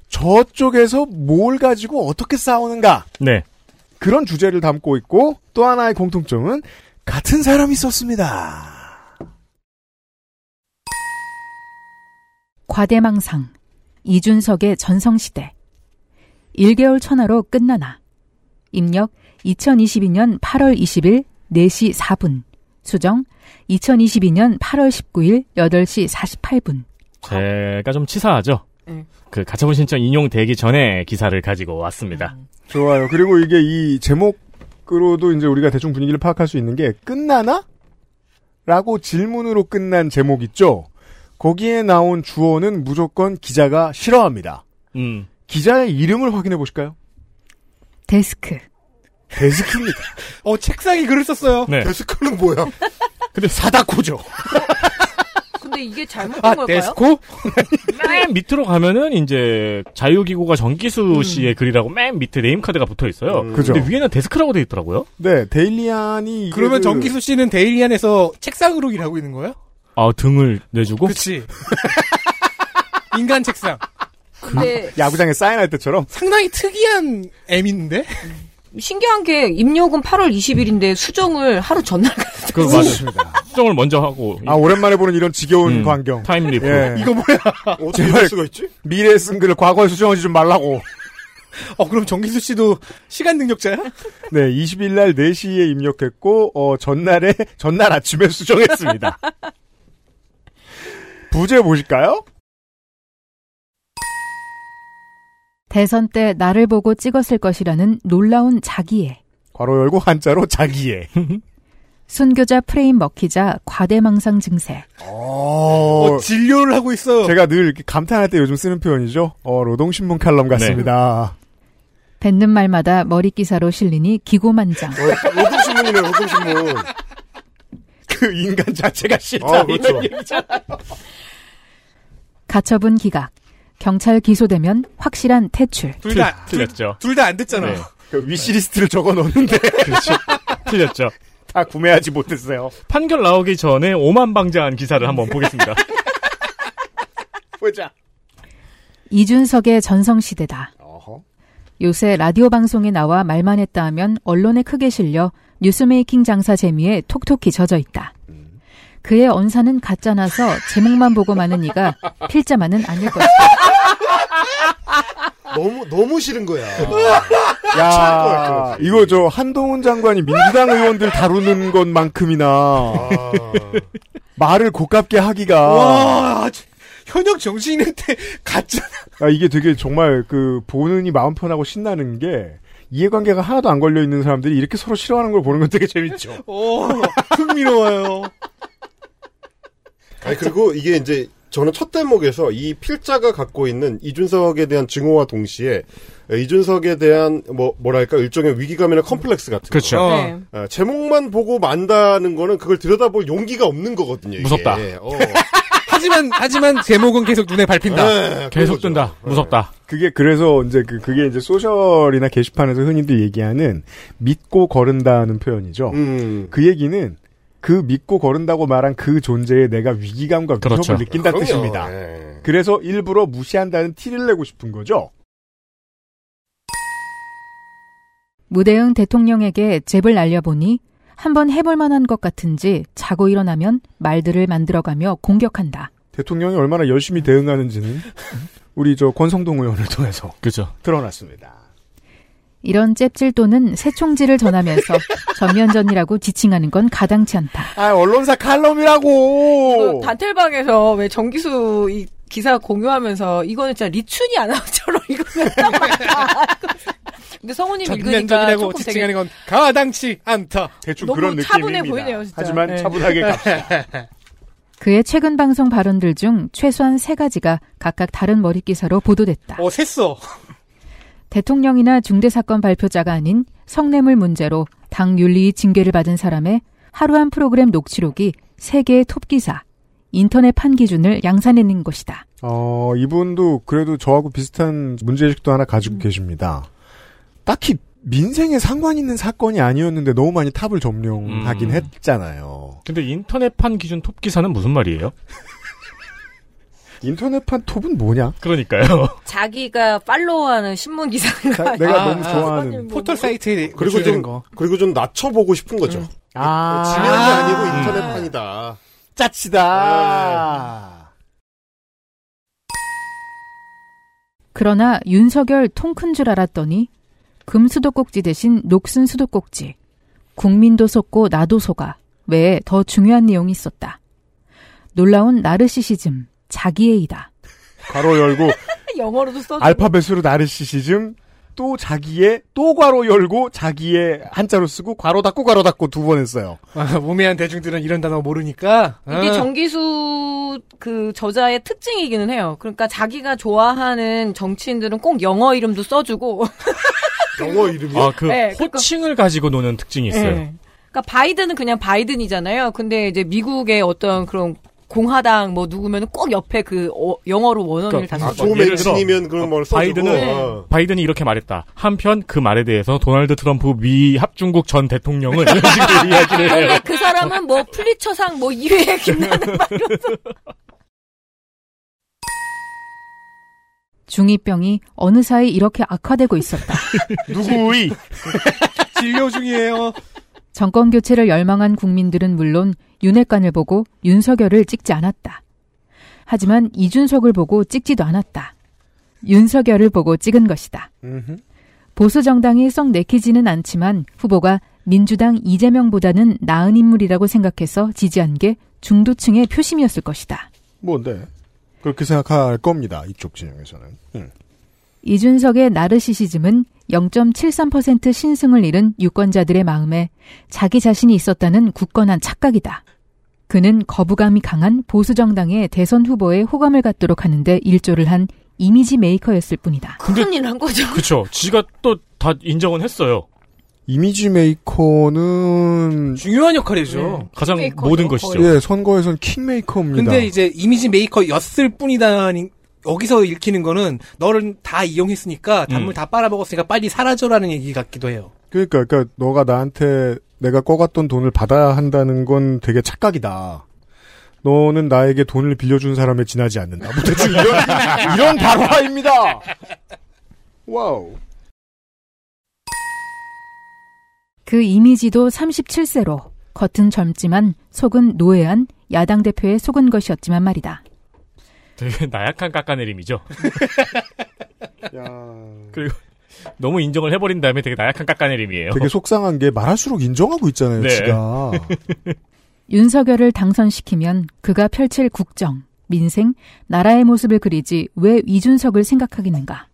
S3: 저쪽에서 뭘 가지고 어떻게 싸우는가.
S5: 네.
S3: 그런 주제를 담고 있고 또 하나의 공통점은 같은 사람이 썼습니다.
S2: 과대망상, 이준석의 전성시대, 1개월 천하로 끝나나, 입력 2022년 8월 20일 4시 4분, 수정 2022년 8월 19일 8시 48분,
S5: 제가 좀 치사하죠. 그 가처분 신청 인용되기 전에 기사를 가지고 왔습니다.
S3: 좋아요. 그리고 이게 이 제목으로도 이제 우리가 대충 분위기를 파악할 수 있는 게 끝나나? 라고 질문으로 끝난 제목 있죠. 거기에 나온 주어는 무조건 기자가 싫어합니다.
S5: 음.
S3: 기자의 이름을 확인해 보실까요?
S2: 데스크.
S3: 데스크입니다.
S4: 어, 책상이 글을 썼어요.
S5: 네.
S4: 데스크는 뭐야?
S5: 근데 사다코죠.
S7: 근데 이게 잘못된
S5: 아,
S7: 걸까요?
S5: 데스코? 맨 밑으로 가면은 이제 자유기구가 전기수 씨의 글이라고 맨 밑에 네임카드가 붙어 있어요.
S3: 그죠.
S5: 근데 위에는 데스크라고 돼 있더라고요.
S3: 네, 데일리안이.
S4: 그러면 정기수 씨는 데일리안에서 책상으로 일하고 있는 거예요?
S5: 아, 등을 내주고?
S4: 그치. 인간 책상. 네.
S7: 근데
S3: 야구장에 사인할 때처럼.
S4: 상당히 특이한 애인데
S7: 그- 신기한 게 입력은 8월 20일인데 수정을 하루 전날
S5: 그 맞습니다. 수정을 먼저 하고. 음,
S3: 아, 오랜만에 보는 이런
S4: 음.
S3: 지겨운 광경.
S5: 타임리프.
S4: 이거 뭐야?
S6: 어떻게
S3: 예. 제발
S6: 할 수가 있지?
S3: 미래에 쓴 글을 과거에 수정하지 좀 말라고.
S4: 어, 그럼 정기수 씨도 시간 능력자야?
S3: 네, 20일 날 4시에 입력했고 어, 전날에 전날 아침에 수정했습니다. 부제 보실까요?
S2: 대선 때 나를 보고 찍었을 것이라는 놀라운 자기애,
S3: 괄호 열고 한자로 자기의.
S2: 순교자 프레임 먹히자 과대망상 증세,
S3: 아. 어,
S4: 진료를 하고 있어요.
S3: 제가 늘 이렇게 감탄할 때 요즘 쓰는 표현이죠. 어, 노동신문 칼럼 같습니다.
S2: 뱉는 말마다 머리 기사로 실리니 기고만장.
S6: 노동신문이네, 노동신문.
S3: 그 인간 자체가 싫다.
S6: 아, 그렇죠.
S3: 이런 얘기잖아요.
S2: 가처분 기각. 경찰 기소되면 확실한 퇴출.
S4: 둘 다,
S5: 틀렸죠.
S4: 둘 다 안 됐잖아.
S5: 네.
S3: 그 위시리스트를 적어 놓는데.
S5: 그렇죠. 틀렸죠.
S3: 다 구매하지 못했어요.
S5: 판결 나오기 전에 오만방자한 기사를 한번 보겠습니다.
S3: 보자.
S2: 이준석의 전성시대다.
S3: 어허.
S2: 요새 라디오 방송에 나와 말만 했다 하면 언론에 크게 실려 뉴스메이킹 장사 재미에 톡톡히 젖어 있다.
S3: 음.
S2: 그의 언사는 가짜나서 제목만 보고 마는 이가 필자만은 아닐 것이다.
S13: 너무 너무 싫은 거야.
S3: 야, 이거 저 한동훈 장관이 민주당 의원들 다루는 것만큼이나
S6: 아.
S3: 말을 고깝게 하기가
S4: 와, 저- 아, 현역 정치인한테 가짜.
S3: 아, 이게 되게 정말 그 보는이 마음 편하고 신나는 게 이해관계가 하나도 안 걸려 있는 사람들이 이렇게 서로 싫어하는 걸 보는 건 되게 재밌죠.
S4: 오, 어, 흥미로워요.
S6: 아니, 그리고 이게 이제 저는 첫 대목에서 이 필자가 갖고 있는 이준석에 대한 증오와 동시에 이준석에 대한 뭐 뭐랄까 일종의 위기감이나 컴플렉스 같은
S5: 그렇죠.
S4: 어.
S6: 거.
S5: 네.
S6: 아, 제목만 보고 만다는 거는 그걸 들여다볼 용기가 없는 거거든요. 이게.
S5: 무섭다.
S6: 어.
S4: 하지만, 하지만 제목은 계속 눈에
S6: 아,
S4: 밟힌다.
S5: 계속 뜬다. 무섭다.
S3: 그게 그래서 이제 그 그게 이제 소셜이나 게시판에서 흔히들 얘기하는 믿고 거른다는 표현이죠.
S6: 음.
S3: 그 얘기는 그 믿고 거른다고 말한 그 존재에 내가 위기감과 위협을
S5: 그렇죠.
S3: 느낀다
S6: 그럼요.
S3: 뜻입니다.
S6: 예.
S3: 그래서 일부러 무시한다는 티를 내고 싶은 거죠.
S2: 무대응 대통령에게 잽을 날려보니 한번 해볼 만한 것 같은지 자고 일어나면 말들을 만들어가며 공격한다.
S3: 대통령이 얼마나 열심히 대응하는지는 우리 저 권성동 의원을 통해서
S5: 그죠.
S3: 드러났습니다.
S2: 이런 잽질 또는 새총질을 전하면서 전면전이라고 지칭하는 건 가당치 않다.
S3: 아 언론사
S6: 어.
S3: 칼럼이라고.
S7: 어. 단텔방에서 왜 정기수 이 기사 공유하면서 이거는 진짜 리춘이 아나운서로 이거는 근데 성우님 읽으니까
S4: 전면전이라고
S7: 네, 조금 되게
S4: 지칭하는 건 가당치 않다. 어,
S3: 대충
S7: 너무 그런 차분해 느낌입니다. 보이네요, 진짜. 하지만 네. 차분하게
S4: 갑시다.
S2: 그의 최근 방송 발언들 중 최소한 세 가지가 각각 다른 머릿기사로 보도됐다.
S4: 어,
S7: 뭐,
S4: 샜어.
S2: 대통령이나 중대사건 발표자가 아닌 성매물 문제로 당 윤리위 징계를 받은 사람의 하루 한 프로그램 녹취록이 세계의 톱기사, 인터넷 판 기준을 양산해낸 것이다.
S3: 어,
S7: 음.
S3: 이분도 그래도 저하고 비슷한 문제의식도 하나 가지고 계십니다. 딱히 민생에 상관 있는 사건이 아니었는데 너무 많이 탑을 점령하긴
S5: 음.
S3: 했잖아요.
S5: 근데 인터넷판 기준 톱 기사는 무슨 말이에요?
S3: 인터넷판 톱은 뭐냐?
S5: 그러니까요.
S7: 자기가 팔로우하는 신문 기사인가?
S6: 내가 너무 좋아하는
S7: 뭐,
S4: 포털 사이트에
S6: 그리고
S4: 노출되는
S6: 좀
S4: 거.
S6: 그리고 좀 낮춰보고 싶은 거죠.
S5: 음.
S3: 아.
S6: 지면이 아니고 인터넷판이다.
S3: 짜치다.
S2: 그러나 윤석열 통 큰 줄 알았더니 금수도꼭지 대신 녹슨 수도꼭지, 국민도 속고 나도 속아 외에 더 중요한 내용이 있었다. 놀라운 나르시시즘, 자기애이다.
S3: 네. 괄호 열고
S7: 영어로도 써주
S3: 알파벳으로 나르시시즘 또 자기의 또 괄호 열고 자기의 한자로 쓰고 괄호 닫고 괄호 닫고 두 번 했어요.
S4: 아, 우매한 대중들은 이런 단어 모르니까.
S7: 이게
S4: 어.
S7: 정기수 그 저자의 특징이기는 해요. 그러니까 자기가 좋아하는 정치인들은 꼭 영어 이름도 써주고.
S6: 영어 이름이
S5: 아, 그
S7: 네, 그거-
S5: 호칭을 가지고 노는 특징이 있어요.
S7: 네. 그러니까 바이든은 그냥 바이든이잖아요. 근데 이제 미국의 어떤 그런 공화당 뭐 누구면 꼭 옆에 그 어- 영어로 원어민을 다
S5: 그러니까
S7: 쓰고.
S5: 예를 들어,
S6: 그런 걸 써주고.
S5: 바이든은
S6: 네.
S5: 바이든이 이렇게 말했다. 한편 그 말에 대해서 도널드 트럼프 미 합중국 전 대통령은 이런 식으로 이야기를 해요.
S7: 근데 그 사람은 뭐 플리처상 뭐 2회 김나는 막 이러면서
S2: 중2병이 어느 사이 이렇게 악화되고 있었다.
S3: 누구의?
S4: 진료 중이에요.
S2: 정권 교체를 열망한 국민들은 물론 윤핵관을 보고 윤석열을 찍지 않았다. 하지만 이준석을 보고 찍지도 않았다. 윤석열을 보고 찍은 것이다. 보수 정당이 썩 내키지는 않지만 후보가 민주당 이재명보다는 나은 인물이라고 생각해서 지지한 게 중도층의 표심이었을 것이다.
S3: 뭔데? 그렇게 생각할 겁니다. 이쪽 진영에서는. 음.
S2: 이준석의 나르시시즘은 0.73% 신승을 잃은 유권자들의 마음에 자기 자신이 있었다는 굳건한 착각이다. 그는 거부감이 강한 보수정당의 대선 후보에 호감을 갖도록 하는데 일조를 한 이미지 메이커였을 뿐이다.
S7: 무슨 일 한 거죠?
S5: 그쵸. 지가 또 다 인정은 했어요.
S3: 이미지 메이커는
S4: 중요한 역할이죠.
S5: 가장
S4: 메이커죠,
S5: 모든 것이죠.
S4: 거의.
S3: 예, 선거에선 킹메이커입니다.
S4: 근데 이제 이미지 메이커였을 뿐이다. 여기서 읽히는 거는 너를 다 이용했으니까 단물 다 빨아먹었으니까 빨리 사라져라는 얘기 같기도 해요.
S3: 그러니까 그러니까 너가 나한테 내가 꺼갔던 돈을 받아야 한다는 건 되게 착각이다. 너는 나에게 돈을 빌려준 사람에 지나지 않는다. 뭐 대충 이런 이런 발화입니다. 네. 와우.
S2: 그 이미지도 37세로 겉은 젊지만 속은 노예한 야당 대표의 속은 것이었지만 말이다.
S5: 되게 나약한 깎아내림이죠.
S3: 야.
S5: 그리고 너무 인정을 해버린 다음에 되게 나약한 깎아내림이에요.
S3: 되게 속상한 게 말할수록 인정하고 있잖아요,
S5: 네.
S3: 지가.
S2: 윤석열을 당선시키면 그가 펼칠 국정, 민생, 나라의 모습을 그리지 왜 이준석을 생각하겠는가.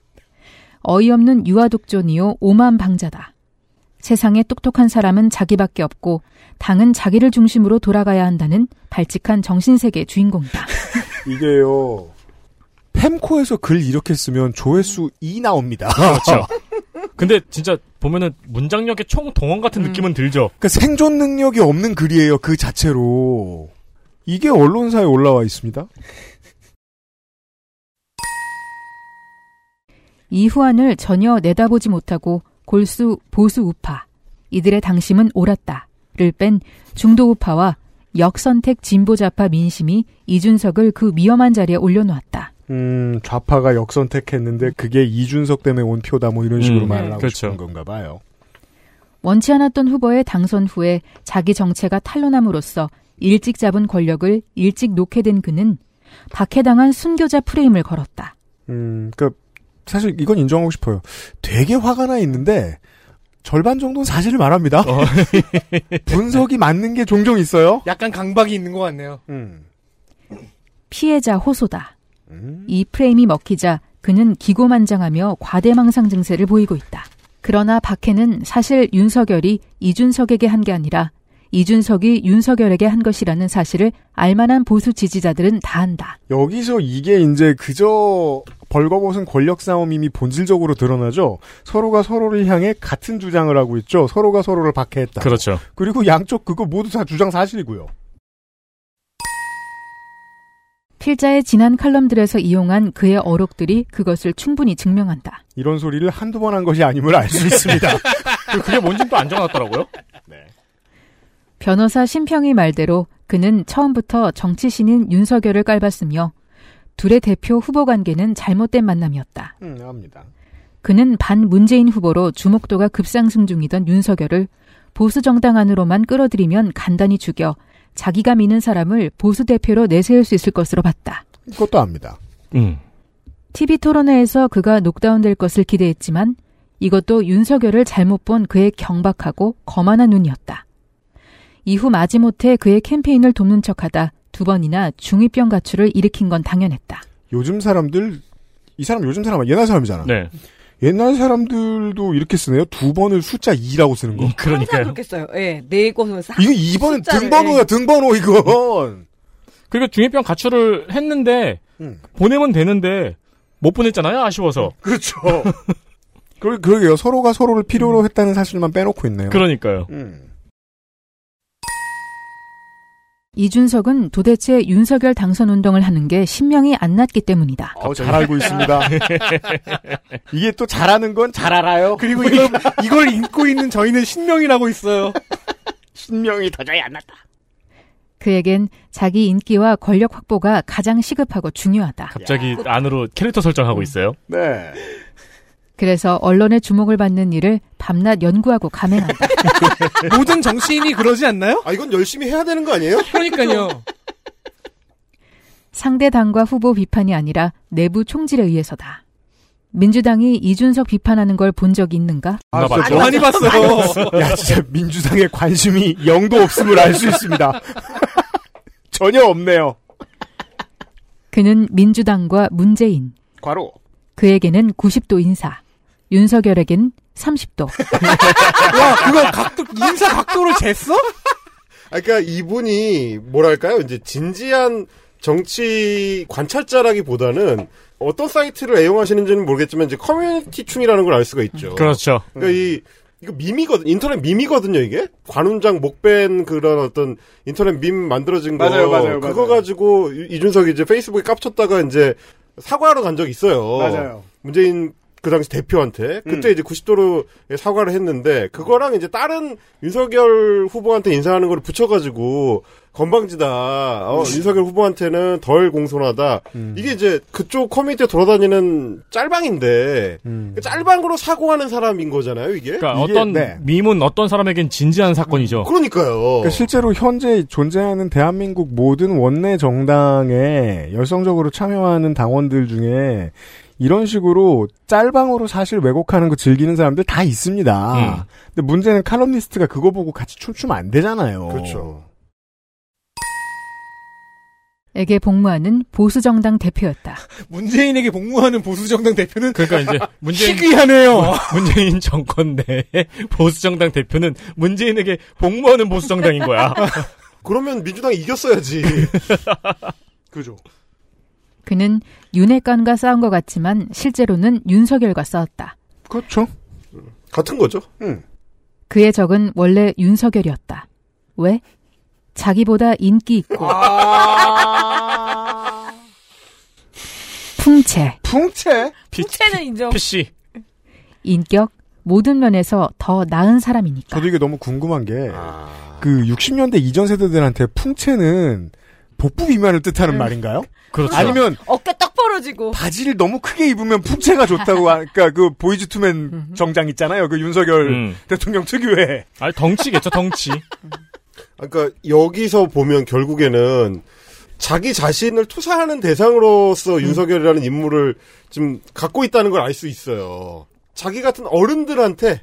S2: 어이없는 유아독존이요 오만 방자다. 세상에 똑똑한 사람은 자기밖에 없고 당은 자기를 중심으로 돌아가야 한다는 발칙한 정신세계 주인공이다.
S3: 이게요. 펜코에서 글 이렇게 쓰면 조회수 2 나옵니다. 그러니까
S5: 그렇죠. 근데 진짜 보면은 문장력의 총 동원 같은 느낌은 들죠.
S3: 그러니까 생존 능력이 없는 글이에요, 그 자체로. 이게 언론사에 올라와 있습니다.
S2: 이 후안을 전혀 내다보지 못하고 골수 보수 우파 이들의 당심은 옳았다를 뺀 중도 우파와 역선택 진보좌파 민심이 이준석을 그 위험한 자리에 올려놓았다.
S3: 음, 좌파가 역선택했는데 그게 이준석 때문에 온 표다 뭐 이런 식으로
S5: 음,
S3: 말을 하고
S5: 그렇죠.
S3: 싶은 건가 봐요.
S2: 원치 않았던 후보의 당선 후에 자기 정체가 탄로남으로써 일찍 잡은 권력을 일찍 놓게 된 그는 박해당한 순교자 프레임을 걸었다.
S3: 음, 그니까, 사실 이건 인정하고 싶어요. 되게 화가 나 있는데, 절반 정도는 사실을 말합니다.
S5: 어.
S3: 분석이 맞는 게 종종 있어요. 음,
S4: 약간 강박이 있는 것 같네요.
S2: 피해자 호소다.
S3: 음.
S2: 이 프레임이 먹히자 그는 기고만장하며 과대망상 증세를 보이고 있다. 그러나 박해는 사실 윤석열이 이준석에게 한 게 아니라 이준석이 윤석열에게 한 것이라는 사실을 알만한 보수 지지자들은 다 안다.
S3: 여기서 이게 이제 그저 벌거벗은 권력 싸움임이 본질적으로 드러나죠. 서로가 서로를 향해 같은 주장을 하고 있죠. 서로가 서로를 박해했다.
S5: 그렇죠.
S3: 그리고 양쪽 그거 모두 다 주장 사실이고요.
S2: 필자의 지난 칼럼들에서 이용한 그의 어록들이 그것을 충분히 증명한다.
S3: 이런 소리를 한두 번 한 것이 아님을 알 수 있습니다.
S5: 그게 뭔지 또 안 적어놨더라고요.
S2: 변호사 심평이 말대로 그는 처음부터 정치신인 윤석열을 깔봤으며 둘의 대표 후보 관계는 잘못된 만남이었다.
S3: 음, 압니다.
S2: 그는 반 문재인 후보로 주목도가 급상승 중이던 윤석열을 보수 정당 안으로만 끌어들이면 간단히 죽여 자기가 미는 사람을 보수 대표로 내세울 수 있을 것으로 봤다.
S3: 이것도 압니다.
S5: 음.
S2: TV 토론회에서 그가 녹다운될 것을 기대했지만 이것도 윤석열을 잘못 본 그의 경박하고 거만한 눈이었다. 이후 마지못해 그의 캠페인을 돕는 척하다 두 번이나 중이병 가출을 일으킨 건 당연했다.
S3: 요즘 사람들 이 사람 요즘 사람 아니야. 옛날 사람이잖아.
S5: 네.
S3: 옛날 사람들도 이렇게 쓰네요. 두 번을 숫자 2라고 쓰는
S5: 음,
S3: 거.
S7: 항상 그렇겠어요. 예, 네 곳은 싹.
S3: 이거 2번은
S7: 숫자를,
S3: 등번호야,
S7: 예.
S3: 등번호 이건.
S5: 그리고 그러니까 중이병 가출을 했는데 보내면 되는데 못 보냈잖아요. 아쉬워서.
S3: 그렇죠. 그러, 그러게요. 서로가 서로를 필요로 했다는 사실만 빼놓고 있네요.
S5: 그러니까요.
S3: 음.
S2: 이준석은 도대체 윤석열 당선 운동을 하는 게 신명이 안 났기 때문이다.
S3: 어, 잘 알고 있습니다. 이게 또 잘하는 건 잘 알아요.
S4: 그리고 이걸, 이걸 읽고 있는 저희는 신명이라고 있어요.
S3: 신명이 도저히 안 났다.
S2: 그에겐 자기 인기와 권력 확보가 가장 시급하고 중요하다.
S5: 갑자기 안으로 캐릭터 설정하고 있어요.
S3: 네.
S2: 그래서 언론의 주목을 받는 일을 밤낮 연구하고 감행한다.
S4: 모든 정치인이 그러지 않나요?
S6: 아, 이건 열심히 해야 되는 거 아니에요?
S4: 그러니까요.
S2: 상대 당과 후보 비판이 아니라 내부 총질에 의해서다. 민주당이 이준석 비판하는 걸 본 적이 있는가?
S3: 아,
S5: 봤죠?
S3: 진짜
S5: 많이 봤어요.
S3: 야, 진짜 민주당의 관심이 0도 없음을 알 수 있습니다. 전혀 없네요.
S2: 그는 민주당과 문재인,
S3: 과로.
S2: 그에게는 90도 인사, 윤석열에겐 30도.
S5: 아,
S4: 와, 그거 각도, 인사 각도를 쟀어?
S6: 아, 그러니까 이분이 뭐랄까요? 이제 진지한 정치 관찰자라기보다는 어떤 사이트를 애용하시는지는 모르겠지만 이제 커뮤니티충이라는 걸 알 수가 있죠.
S5: 그렇죠.
S6: 그러니까 이 이거 밈이거든 인터넷 밈이거든요 이게 관훈장 목뺀 그런 어떤 인터넷 밈 만들어진 거
S3: 맞아요, 맞아요,
S6: 그거
S3: 맞아요.
S6: 가지고 이- 이준석이 이제 페이스북에 깝쳤다가 이제 사과하러 간 적이 있어요
S3: 맞아요.
S6: 문재인 그 당시 대표한테 그때
S3: 음.
S6: 이제 90도로 사과를 했는데 그거랑 이제 다른 윤석열 후보한테 인사하는 걸 붙여가지고 건방지다
S3: 음.
S6: 어, 윤석열 후보한테는 덜 공손하다 이게 이제 그쪽 커뮤니티에 돌아다니는 짤방인데
S3: 음.
S6: 그 짤방으로 사고하는 사람인 거잖아요 이게
S5: 그러니까
S6: 이게-
S5: 어떤
S6: 네.
S5: 밈은 어떤 사람에겐 진지한 사건이죠.
S6: 그러니까요.
S3: 그러니까 실제로 현재 존재하는 대한민국 모든 원내 정당에 열성적으로 참여하는 당원들 중에 이런 식으로 짤방으로 사실 왜곡하는 거 즐기는 사람들 다 있습니다.
S5: 음.
S3: 근데 문제는 칼럼니스트가 그거 보고 같이 춤추면 안 되잖아요.
S6: 그렇죠.
S2: 에게 복무하는 보수정당 대표였다.
S4: 문재인에게 복무하는 보수정당 대표는
S5: 그러니까 이제 문재인
S6: 뭐?
S5: 어,
S4: 희귀하네요.
S5: 문- 문재인 정권 내에 보수정당 대표는 문재인에게 복무하는 보수정당인 거야.
S6: 그러면 민주당이 이겼어야지.
S4: 그죠.
S2: 그는 윤핵관과 싸운 것 같지만 실제로는 윤석열과 싸웠다.
S3: 그렇죠.
S6: 같은 거죠.
S2: 그의 적은 원래 윤석열이었다. 왜? 자기보다 인기 있고 풍채,
S3: 풍채?
S7: 부채는 인정.
S5: PC.
S2: 인격 모든 면에서 더 나은 사람이니까.
S3: 저도 이게 너무 궁금한 게, 그 60년대 이전 세대들한테 풍채는 복부 비만을 뜻하는 말인가요?
S5: 그렇죠.
S3: 아니면
S7: 어깨 떡 벌어지고.
S3: 바지를 너무 크게 입으면 풍채가 좋다고, 하- 그러니까 그 보이즈 투맨 정장 있잖아요. 그 윤석열
S5: 음.
S3: 대통령 특유의.
S5: 아 덩치겠죠 덩치.
S6: 아, 그러니까 여기서 보면 결국에는 자기 자신을 투사하는 대상으로서 윤석열이라는 인물을 지금 갖고 있다는 걸 알 수 있어요. 자기 같은 어른들한테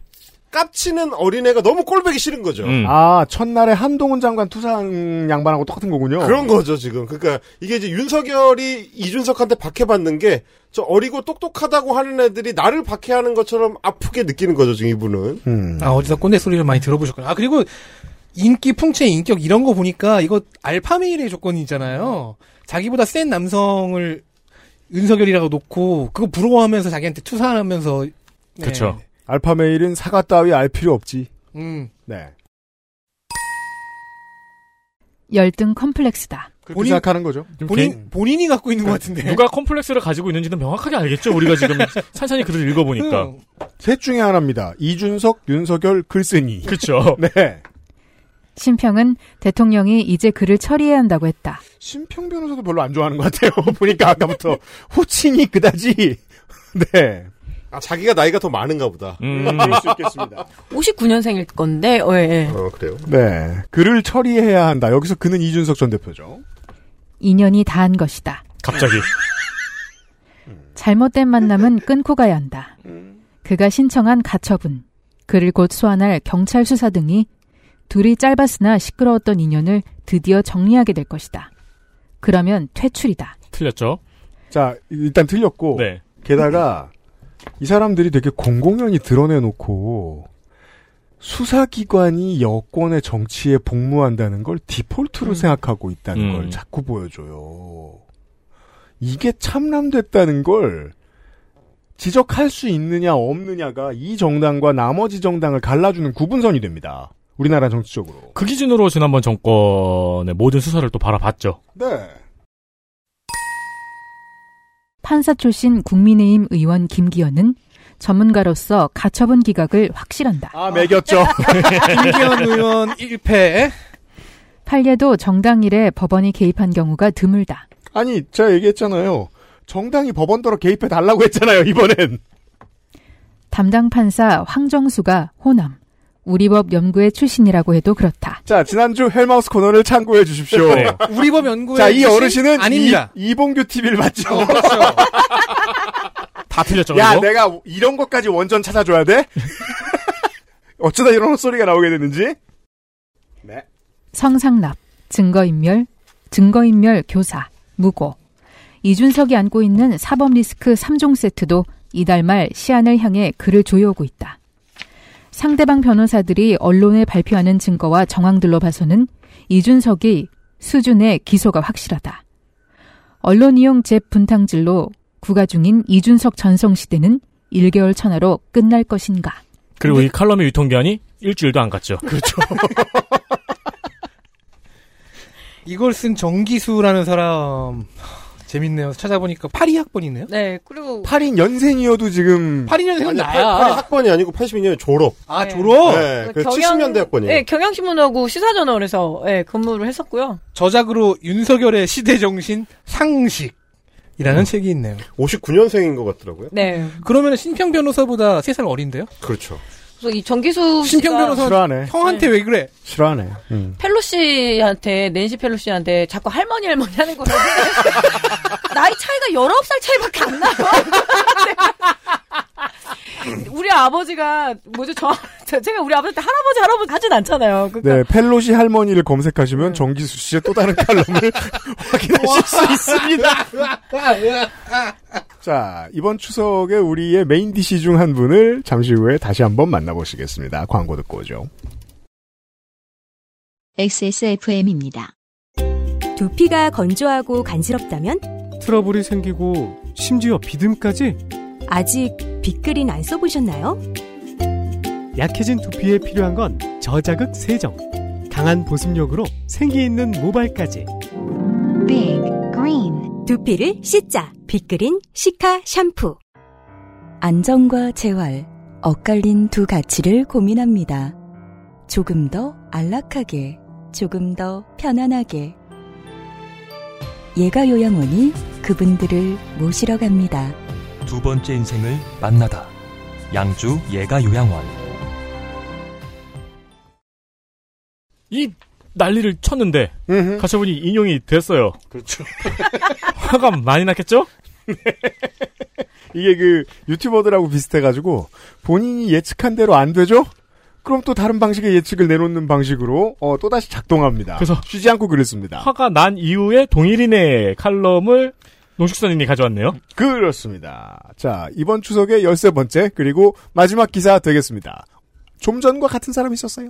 S6: 깝치는 어린애가 너무 꼴보기 싫은 거죠.
S5: 음.
S3: 아, 첫날에 한동훈 장관 투상 양반하고 똑같은 거군요.
S6: 그런 거죠 지금. 그러니까 이게 이제 윤석열이 이준석한테 박해받는 게 저 어리고 똑똑하다고 하는 애들이 나를 박해하는 것처럼 아프게 느끼는 거죠 지금 이분은.
S3: 음.
S4: 아, 어디서 꼰대 소리를 많이 들어보셨구나. 아, 그리고 인기, 풍채, 인격 이런 거 보니까 이거 알파메일의 조건이 있잖아요. 자기보다 센 남성을 윤석열이라고 놓고 그거 부러워하면서 자기한테 투사하면서. 네.
S5: 그쵸.
S3: 알파메일은 사과 따위 알 필요 없지.
S4: 음.
S3: 네.
S2: 열등 컴플렉스다.
S3: 그렇게 생각하는 거죠.
S4: 본인 본인이 갖고 있는 것 같은데.
S5: 음. 누가 컴플렉스를 가지고 있는지는 명확하게 알겠죠. 우리가 지금 산산히 글을
S4: 음.
S5: 읽어보니까.
S3: 셋 중에 하나입니다. 이준석, 윤석열, 글쓴이.
S5: 그렇죠.
S3: 네.
S2: 심평은 대통령이 이제 그를 처리해야 한다고 했다.
S3: 심평 변호사도 별로 안 좋아하는 것 같아요. 보니까 아까부터 호칭이 그다지. 네.
S6: 아, 자기가 나이가 더 많은가 보다.
S5: 음,
S6: 그럴 수 있겠습니다.
S7: 59년생일 건데, 어, 예.
S6: 어, 그래요.
S3: 네. 그를 처리해야 한다. 여기서 그는 이준석 전 대표죠.
S2: 인연이 다한 것이다.
S5: 갑자기.
S2: 잘못된 만남은 끊고 가야 한다. 그가 신청한 가처분, 그를 곧 소환할 경찰 수사 등이 둘이 짧았으나 시끄러웠던 인연을 드디어 정리하게 될 것이다. 그러면 퇴출이다.
S5: 틀렸죠?
S3: 자, 일단 틀렸고.
S5: 네.
S3: 게다가 이 사람들이 되게 공공연히 드러내놓고 수사기관이 여권의 정치에 복무한다는 걸 디폴트로 생각하고 있다는 걸 자꾸 보여줘요. 이게 참람됐다는 걸 지적할 수 있느냐 없느냐가 이 정당과 나머지 정당을 갈라주는 구분선이 됩니다. 우리나라 정치적으로.
S5: 그 기준으로 지난번 정권의 모든 수사를 또 바라봤죠.
S3: 네.
S2: 판사 출신 국민의힘 의원 김기현은 전문가로서 가처분 기각을 확실한다.
S3: 아, 매겼죠.
S4: 김기현 의원 1패.
S2: 판례도 정당 일에 법원이 개입한 경우가 드물다.
S3: 아니, 제가 얘기했잖아요. 정당이 법원더러 개입해 달라고 했잖아요, 이번엔.
S2: 담당 판사 황정수가 호남 우리법 연구회 출신이라고 해도 그렇다.
S3: 자, 지난주 헬마우스 코너를 참고해 주십시오.
S4: 네. 우리법 연구회
S3: 자, 이
S4: 출신?
S3: 어르신은
S4: 아닙니다.
S3: 이, 이봉규 TV를 봤죠.
S5: 다 틀렸죠.
S3: 야, 네.
S5: 그리고?
S3: 내가 이런 것까지 원전 찾아줘야 돼? 어쩌다 이런 헛소리가 나오게 됐는지?
S2: 성상납, 증거인멸, 증거인멸 교사, 무고. 이준석이 안고 있는 사법 리스크 3종 세트도 이달 말 시안을 향해 글을 조여오고 있다. 상대방 변호사들이 언론에 발표하는 증거와 정황들로 봐서는 이준석이 수준의 기소가 확실하다. 언론 이용 잽 분탕질로 구가 중인 이준석 전성 시대는 1개월 천하로 끝날 것인가?
S5: 그리고 이 칼럼의 유통기한이 일주일도 안 갔죠. 그렇죠.
S4: 이걸 쓴 정기수라는 사람 재밌네요. 찾아보니까 82학번이네요.
S7: 네, 그리고
S3: 8인 연생이어도 지금
S4: 82년생은
S6: 아니,
S4: 나야.
S6: 8, 학번이 아니고 82년 졸업.
S4: 아, 졸업?
S6: 네, 그 70년대 학번이에요.
S7: 네, 그러니까 경향신문하고 시사저널에서 예, 근무를 했었고요.
S4: 저작으로 윤석열의 시대정신 상식이라는
S6: 음.
S4: 책이 있네요.
S6: 59년생인 것 같더라고요.
S7: 네.
S4: 그러면 신평 변호사보다 3살 어린데요?
S6: 그렇죠.
S7: 그래서 이 정기수
S4: 신평
S7: 씨가
S4: 변호사
S3: 네.
S4: 형한테 왜 그래?
S3: 싫어하네. 음.
S7: 펠로시한테 낸시 펠로시한테 자꾸 할머니 할머니 하는 거라고 나이 차이가 19살 차이밖에 안 나요. 우리 아버지가 뭐죠? 저 저- 제가 우리 아버지한테 할아버지 할아버지 하진 않잖아요. 그러니까
S3: 네, 펠로시 할머니를 검색하시면 정기수 씨의 또 다른 칼럼을 확인하실 수 있습니다. 자, 이번 추석에 우리의 메인 DC 중 한 분을 잠시 후에 다시 한번 만나보시겠습니다. 광고 듣고 오죠.
S1: XSFM입니다.
S10: 두피가 건조하고 간지럽다면
S9: 트러블이 생기고 심지어 비듬까지
S10: 아직 빅그린 안 써보셨나요?
S9: 약해진 두피에 필요한 건 저자극 세정. 강한 보습력으로 생기 있는 모발까지.
S10: 빅 그린 두피를 씻자 빅그린 시카 샴푸 안정과 재활 엇갈린 두 가치를 고민합니다 조금 더 안락하게 조금 더 편안하게 예가 요양원이 그분들을 모시러 갑니다
S11: 두 번째 인생을 만나다. 양주 예가 요양원.
S5: 이 난리를 쳤는데 가처분이 인용이 됐어요.
S6: 그렇죠.
S5: 화가 많이 났겠죠?
S3: 이게 그 유튜버들하고 비슷해가지고 본인이 예측한 대로 안 되죠? 그럼 또 다른 방식의 예측을 내놓는 방식으로 어, 또다시 작동합니다.
S5: 그래서
S3: 쉬지 않고 그랬습니다.
S5: 화가 난 이후에 동일인의 칼럼을 농축산인이 가져왔네요.
S3: 그렇습니다. 자, 이번 추석의 열세 번째 그리고 마지막 기사 되겠습니다. 좀 전과 같은 사람이 있었어요.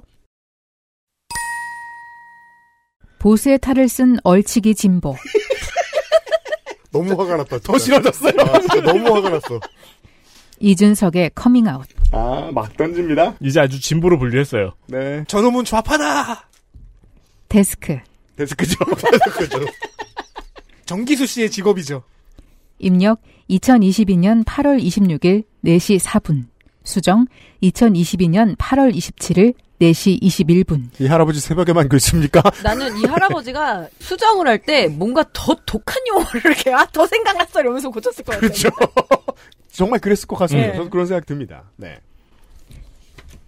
S2: 보수의 탈을 쓴 얼치기 진보.
S6: 너무 화가 났다. 진짜.
S3: 더 싫어졌어요.
S6: 아, 진짜 너무 화가 났어.
S2: 이준석의 커밍아웃.
S3: 아, 막 던집니다.
S5: 이제 아주 진보로 분류했어요.
S3: 네.
S4: 저놈은 좌파다.
S2: 데스크.
S3: 데스크죠.
S6: 데스크죠.
S4: 정기수 씨의 직업이죠.
S2: 입력 2022년 8월 26일 4시 4분. 수정 2022년 8월 27일 4시 21분.
S3: 이 할아버지 새벽에만 글씁니까?
S7: 나는 이 할아버지가 수정을 할 때 뭔가 더 독한 용어를 이렇게 아, 더 생각났어 이러면서 고쳤을 것 같아요.
S3: 그렇죠. 정말 그랬을 것 같습니다.
S7: 네.
S3: 저도 그런 생각 듭니다. 네.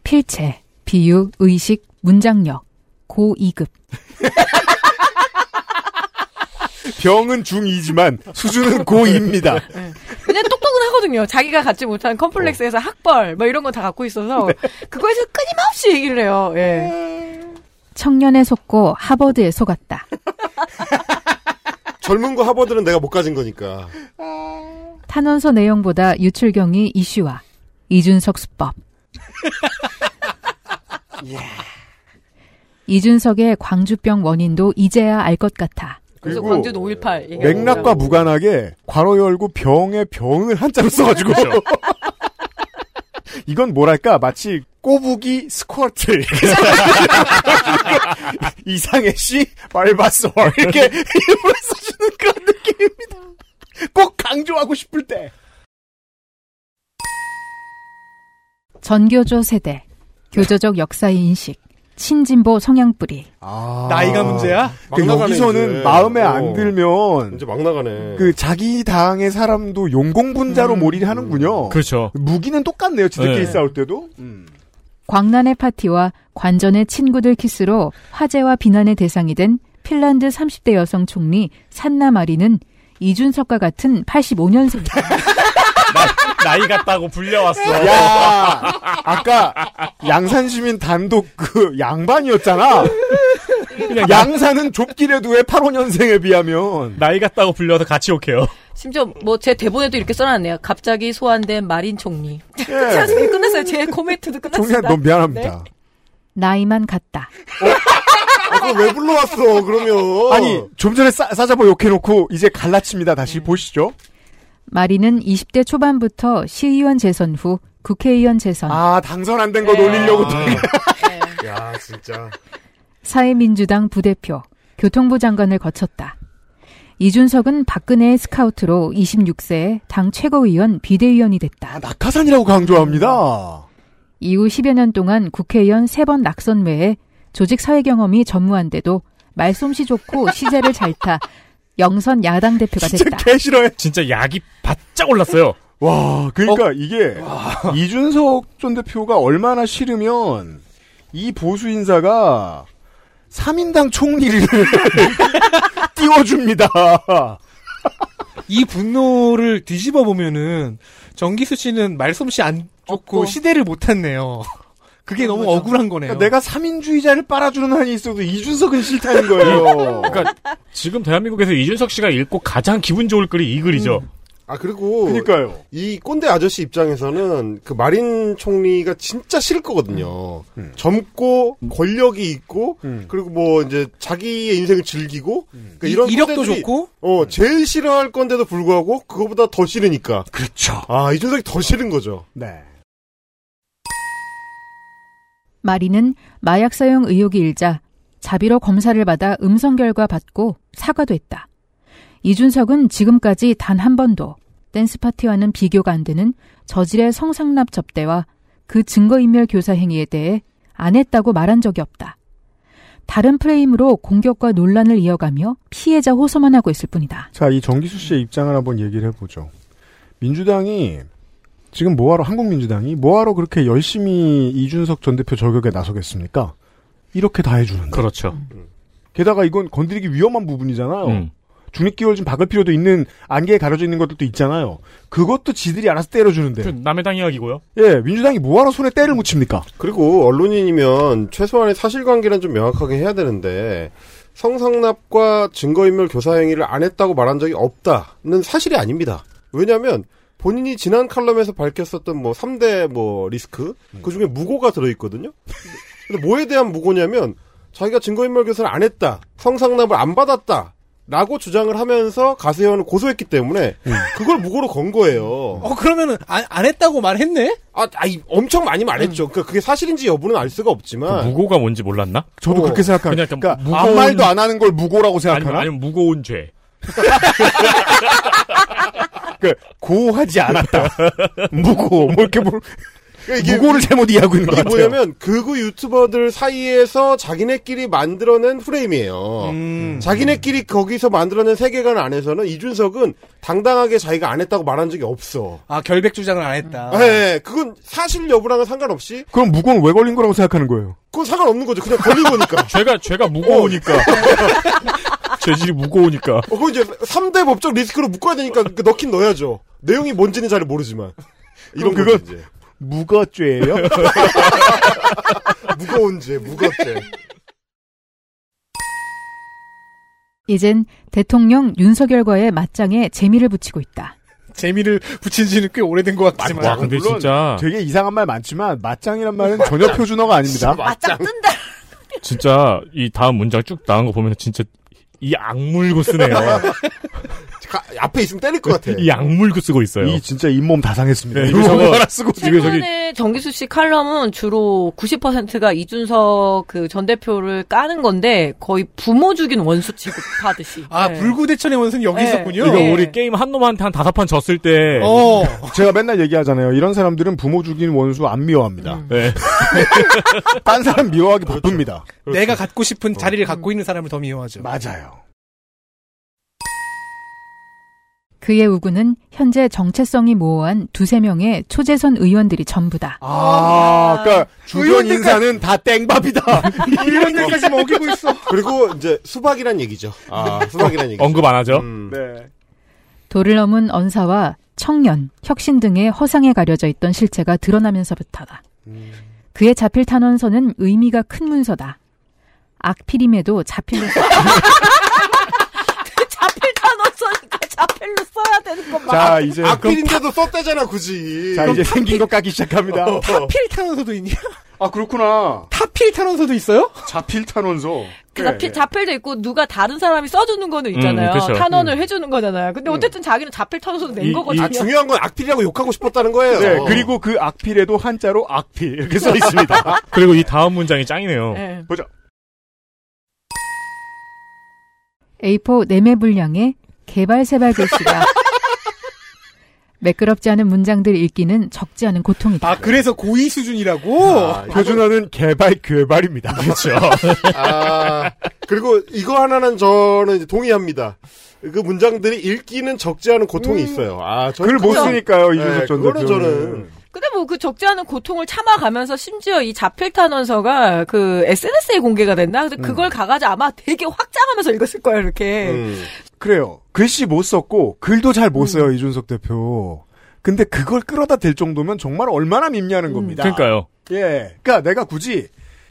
S2: 필체, 비유, 의식, 문장력. 고 2급.
S3: 병은 중2지만 수준은 고2입니다.
S7: 그냥 똑똑은 하거든요. 자기가 갖지 못한
S3: 어.
S7: 컴플렉스에서 학벌 뭐 이런 거 다 갖고 있어서
S3: 네.
S7: 그거에서 끊임없이 얘기를 해요. 예.
S2: 청년에 속고 하버드에 속았다.
S6: 젊은 거 하버드는 내가 못 가진 거니까.
S2: 탄원서 내용보다 유출경이 이슈화. 이준석 수법. 이준석의 광주병 원인도 이제야 알 것 같아.
S7: 그래서 광주 5.18 네.
S3: 맥락과 무관하게 괄호 열고 병에 병을 한자로 써가지고. 이건 뭐랄까 마치 꼬부기 스쿼트 이상해 씨 말봤어 이렇게 이름을 써주는 그런 느낌입니다. 꼭 강조하고 싶을 때.
S2: 전교조 세대, 교조적 역사의 인식, 친진보 성향 뿌리.
S4: 나이가 문제야?
S3: 그
S6: 막 나가네,
S3: 여기서는
S6: 이제.
S3: 마음에
S6: 어.
S3: 안 들면
S6: 이제 뭐. 막 나가네.
S3: 그 자기 당의 사람도
S6: 음.
S3: 용공분자로 몰이하는군요.
S5: 그렇죠.
S3: 무기는 똑같네요. 지들끼리
S5: 네.
S3: 싸울 때도. 음.
S6: 음.
S2: 광란의 파티와 관전의 친구들 키스로 화제와 비난의 대상이 된 핀란드 30대 여성 총리 산나 마리는 이준석과 같은 85년생.
S5: 나이 같다고 불려왔어.
S3: 야, 아까 양산 시민 단독 그 양반이었잖아. 양산은 좁기라도 왜 85년생에 비하면
S5: 나이 같다고 불려서 같이 욕해요.
S7: 심지어 뭐 제 대본에도 이렇게 써놨네요. 갑자기 소환된 마린 총리. 제가 지금 끝났어요. 제 코멘트도 끝났습니다.
S3: 예, 종이야, 너무 네. 미안합니다.
S2: 나이만 같다.
S6: 아, 왜 불러왔어, 그러면?
S3: 아니 좀 전에 싸, 싸잡아 욕해놓고 이제 갈라칩니다. 다시 보시죠.
S2: 마리는 20대 초반부터 시의원 재선 후 국회의원 재선,
S3: 아 당선 안 된 거 놀리려고 또
S6: 야, 진짜.
S2: 사회민주당 부대표, 교통부 장관을 거쳤다. 이준석은 박근혜의 스카우트로 26세에 당 최고위원 비대위원이 됐다.
S3: 아, 낙하산이라고 강조합니다.
S2: 이후 10여 년 동안 국회의원 3번 낙선 외에 조직 사회 경험이 전무한데도 말솜씨 좋고 시제를 잘 타 영선 야당 대표가 됐다.
S3: 싫어요.
S5: 진짜 약이 바짝 올랐어요.
S3: 와, 그러니까
S5: 어?
S3: 이게 이준석 전 대표가 얼마나 싫으면 이 보수 인사가 3인당 총리를 띄워줍니다. 그러니까
S4: 이 분노를 뒤집어 보면은 정기수 씨는 말솜씨 안 좋고 시대를 못 탔네요. 그게 너무 억울한 거네요.
S3: 그러니까 내가 3인주의자를 빨아주는 한이 있어도 이준석은 싫다는 거예요.
S5: 그러니까 지금 대한민국에서 이준석 씨가 읽고 가장 기분 좋을 글이 이 글이죠.
S3: 음.
S6: 아, 그리고.
S3: 그니까요.
S6: 이 꼰대 아저씨 입장에서는 그 마린 총리가 진짜 싫을
S3: 음.
S6: 거거든요. 젊고, 권력이 있고, 그리고 뭐 이제 자기의 인생을 즐기고,
S3: 음.
S6: 그러니까
S4: 이-
S6: 이런.
S4: 이력도
S6: 꼰대들이,
S4: 좋고?
S6: 어, 제일 싫어할 건데도 불구하고, 그거보다 더 싫으니까.
S3: 그렇죠.
S6: 아, 이준석이 더 싫은 거죠.
S3: 네.
S2: 마리는 마약 사용 의혹이 일자 자비로 검사를 받아 음성 결과 받고 사과도 했다. 이준석은 지금까지 단 한 번도 댄스 파티와는 비교가 안 되는 저질의 성상납 접대와 그 증거인멸 교사 행위에 대해 안 했다고 말한 적이 없다. 다른 프레임으로 공격과 논란을 이어가며 피해자 호소만 하고 있을 뿐이다.
S3: 자, 이 정기수 씨의 입장을 한번 얘기를 해보죠. 민주당이 지금 뭐하러 한국민주당이 뭐하러 그렇게 열심히 이준석 전 대표 저격에 나서겠습니까? 이렇게 다 해주는데.
S5: 그렇죠.
S3: 게다가 이건 건드리기 위험한 부분이잖아요.
S5: 음.
S3: 중립기월 좀 박을 필요도 있는 안개에 가려져 있는 것들도 있잖아요. 그것도 지들이 알아서 때려주는데.
S5: 그 남의 당 이야기고요.
S3: 예, 민주당이 뭐하러 손에 때를 묻힙니까?
S6: 그리고 언론인이면 최소한의 사실관계는 좀 명확하게 해야 되는데 성상납과 증거인멸 교사 행위를 안 했다고 말한 적이 없다는 사실이 아닙니다. 왜냐하면 본인이 지난 칼럼에서 밝혔었던 뭐 3대 뭐 리스크 그 중에 무고가 들어있거든요. 근데 뭐에 대한 무고냐면 자기가 증거인멸 교사를 안 했다, 성상납을 안 받았다. 라고 주장을 하면서 가세현을 고소했기 때문에 그걸 무고로 건 거예요.
S4: 어 그러면은 안, 안 했다고 말했네?
S6: 아, 아니, 엄청 많이 말했죠. 그러니까 그게 사실인지 여부는 알 수가
S3: 어.
S6: 없지만.
S5: 그 무고가 뭔지 몰랐나?
S3: 저도
S6: 어.
S3: 그렇게 생각합니다.
S5: 그냥
S3: 그러니까
S5: 무거운-
S3: 아무 말도 안 하는 걸 무고라고 생각하나?
S5: 아니면, 아니면 무거운 죄.
S14: 그
S3: 그러니까
S14: 고하지 않았다. 무고 뭐 이렇게 뭐
S6: 그러니까 이게
S14: 무고를 잘못 이해하고 있는 것
S6: 이게
S14: 같아요.
S6: 뭐냐면 극우 유튜버들 사이에서 자기네끼리 만들어낸 프레임이에요. 자기네끼리 거기서 만들어낸 세계관 안에서는 이준석은 당당하게 자기가 안 했다고 말한 적이 없어.
S4: 아 결백 주장을 안 했다.
S6: 네, 그건 사실 여부랑은 상관없이
S3: 그럼 무고는 왜 걸린 거라고 생각하는 거예요?
S6: 그건 상관없는 거죠. 그냥 걸린 거니까.
S14: 죄가 죄가
S3: 어.
S14: 무거우니까. 죄질이 무거우니까.
S6: 어, 그럼 이제 3대 법적 리스크로 묶어야 되니까 그 넣긴 넣어야죠. 내용이 뭔지는 잘 모르지만. 이런
S14: 그럼
S6: 거지, 이제.
S14: 무거죄예요?
S6: 무거운 죄, 무겁죄.
S2: 이젠 대통령 윤석열과의 맞짱에 재미를 붙이고 있다.
S4: 재미를 붙인 지는 꽤 오래된 것 같지만.
S3: 와, 근데 네, 물론 진짜- 되게 이상한 말 많지만 맞짱이란 말은 전혀 표준어가 아닙니다.
S7: 맞짱 뜬다.
S5: 진짜 이 다음 문장 쭉 나온 거 보면 진짜 이 악물고 쓰네요.
S6: 가- 앞에 있으면 때릴 것 같아.
S5: 이 악물고 쓰고 있어요.
S3: 네.
S5: 네,
S3: 이 진짜 잇몸 다 상했습니다.
S5: 이거 저거 지금 저기
S7: 네. 최근에 정기수 씨 칼럼은 주로 90%가 이준석 그 전 대표를 까는 건데 거의 부모 죽인 원수 취급하듯이.
S4: 아
S7: 네.
S4: 불구대천의 원수는 여기
S7: 네.
S4: 있었군요.
S5: 이거 우리 게임 한 놈한테 한 다섯 판 졌을 때
S4: 예. 어.
S3: 제가 맨날 얘기하잖아요. 이런 사람들은 부모 죽인 원수 안
S7: 음.
S3: 미워합니다.
S5: 네.
S3: 딴 사람 미워하기 바쁩니다.
S4: 내가 갖고 싶은 자리를 갖고 있는 사람을 더 미워하죠.
S3: 그렇죠. 어. 맞아요.
S2: 그의 우군은 현재 정체성이 모호한 두세 명의 초재선 의원들이 전부다.
S3: 아, 그러니까 주변 인사는 다 땡밥이다.
S6: 이런
S3: 얘기까지 뭐 먹이고 있어.
S6: 그리고 이제 수박이란 얘기죠. 아, 수박이란 얘기.
S5: 언급 안
S6: 음.
S5: 하죠.
S3: 네.
S2: 도를 넘은 언사와 청년, 혁신 등의 허상에 가려져 있던 실체가 드러나면서부터다. 그의 자필 탄원서는 의미가 큰 문서다. 악필임에도 자필로 써.
S7: 그 자필 다 넣었으니까 자필로 써야 되는 것만.
S3: 자, 이제
S6: 악필인데도 썼대잖아, 굳이.
S3: 네, 자, 이제 생긴 것 까기 시작합니다.
S4: 타필 탄원서도 있냐?
S3: 어, 아, 그렇구나.
S4: 타필 탄원서도 있어요?
S3: 자필 탄원서.
S7: 그 자필, 자필도 있고 누가 다른 사람이 써주는 거는 있잖아요.
S6: 음, 그쵸.
S7: 탄원을 해주는 거잖아요.
S3: 음.
S7: 근데 어쨌든 자기는 자필 탄원서도 낸 거거든요.
S6: 아, 중요한 건 악필이라고 욕하고 싶었다는 거예요.
S3: 네, 그리고 그 악필에도 한자로 악필 이렇게 써 있습니다.
S5: 그리고 이 다음 문장이 짱이네요.
S7: 네.
S3: 보자.
S2: A4 네매 분량의 개발 세발 글씨가 매끄럽지 않은 문장들 읽기는 적지 않은 고통이다.
S4: 아 그래서 고의 수준이라고.
S3: 아, 표준어는 개발 괴발입니다.
S5: 그렇죠.
S6: 아, 그리고 이거 하나는 저는 이제 동의합니다. 그 문장들이 읽기는 적지 않은 고통이 있어요. 아, 저는
S3: 글못
S6: 그냥-
S3: 쓰니까요, 이준석 전
S6: 그거는
S3: 대표는.
S6: 저는
S7: 근데 뭐 그 적지 않은 고통을 참아가면서 심지어 이 자필 탄원서가 그 SNS에 공개가 됐나? 근데 그걸 가가지 아마 되게 확장하면서 읽었을 거예요,
S3: 네.
S7: 이렇게.
S6: 음.
S3: 그래요. 글씨 못 썼고 글도 잘 못 써요 이준석 대표. 근데 그걸 끌어다 댈 정도면 정말 얼마나 밉냐는 겁니다.
S5: 그러니까요.
S3: 예. 그러니까 내가 굳이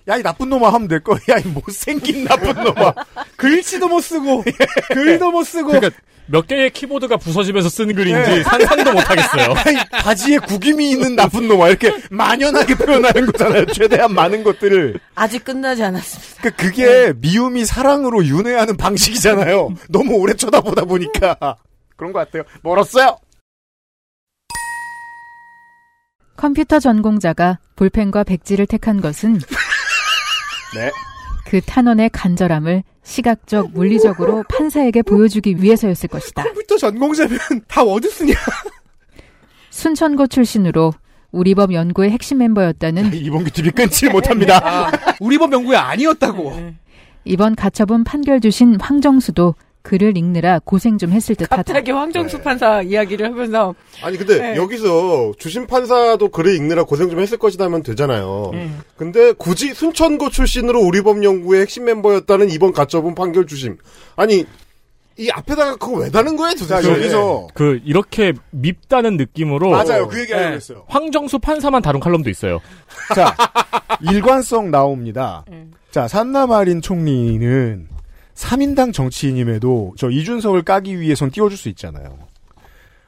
S3: 야 이 나쁜 놈아 하면 될 거. 야이 못생긴 나쁜 놈아.
S4: 글씨도 못 쓰고
S3: 예.
S4: 글도 못 쓰고.
S5: 그러니까 몇 개의 키보드가 부서지면서 쓴 글인지
S3: 네.
S5: 상상도 못 하겠어요.
S3: 아이, 바지에 구김이 있는 나쁜 놈아 이렇게 만연하게 표현하는 거잖아요. 최대한 많은 것들을.
S7: 아직 끝나지 않았습니다.
S3: 그러니까 그게 미움이 사랑으로 윤회하는 방식이잖아요. 너무 오래 쳐다보다 보니까 그런 것 같아요. 멀었어요.
S2: 컴퓨터 전공자가 볼펜과 백지를 택한 것은
S3: 네.
S2: 그 탄원의 간절함을 시각적, 물리적으로 판사에게 보여주기 위해서였을 것이다.
S4: 컴퓨터 전공자면 다 워드 쓰냐?
S2: 순천고 출신으로 우리법 연구의 핵심 멤버였다는
S3: 이봉규 TV 끊지 못합니다.
S4: 우리 법 연구가 아니었다고.
S2: 이번 가처분 판결 주신 황정수도 글을 읽느라 고생 좀 했을 듯하다.
S7: 갑자기 황정수 판사 이야기를 하면서
S6: 아니 근데
S7: 네.
S6: 여기서 주심 판사도 글을 읽느라 고생 좀 했을 것이다면 되잖아요.
S3: 음.
S6: 근데 굳이 순천고 출신으로 우리법 연구의 핵심 멤버였다는 이번 가처분 판결 주심. 아니 이 앞에다가 그거 왜 다는 거야 도대체?
S3: 네.
S5: 그 이렇게 밉다는 느낌으로
S6: 맞아요. 그 얘기 하려고 했어요.
S5: 황정수 판사만 다룬 칼럼도 있어요.
S3: 자, 일관성 나옵니다. 자, 산나마린 총리는 3인당 정치인임에도 저 이준석을 까기 위해선 띄워줄 수 있잖아요.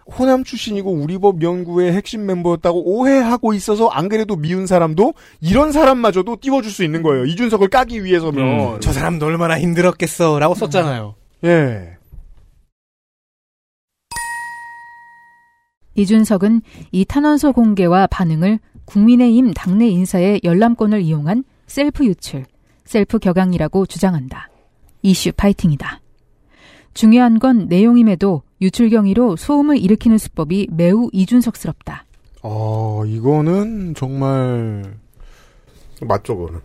S3: 호남 출신이고 우리법 연구의 핵심 멤버였다고 오해하고 있어서 안 그래도 미운 사람도 이런 사람마저도 띄워줄 수 있는 거예요. 이준석을 까기 위해서면.
S4: 저 사람도 얼마나 힘들었겠어라고 썼잖아요.
S3: 예.
S2: 이준석은 이 탄원서 공개와 반응을 국민의힘 당내 인사의 열람권을 이용한 셀프 유출, 셀프 격앙이라고 주장한다. 이슈 파이팅이다. 중요한 건 내용임에도 유출 경위로 소음을 일으키는 수법이 매우 이준석스럽다.
S3: 어, 이거는 정말
S6: 맞죠, 그거는.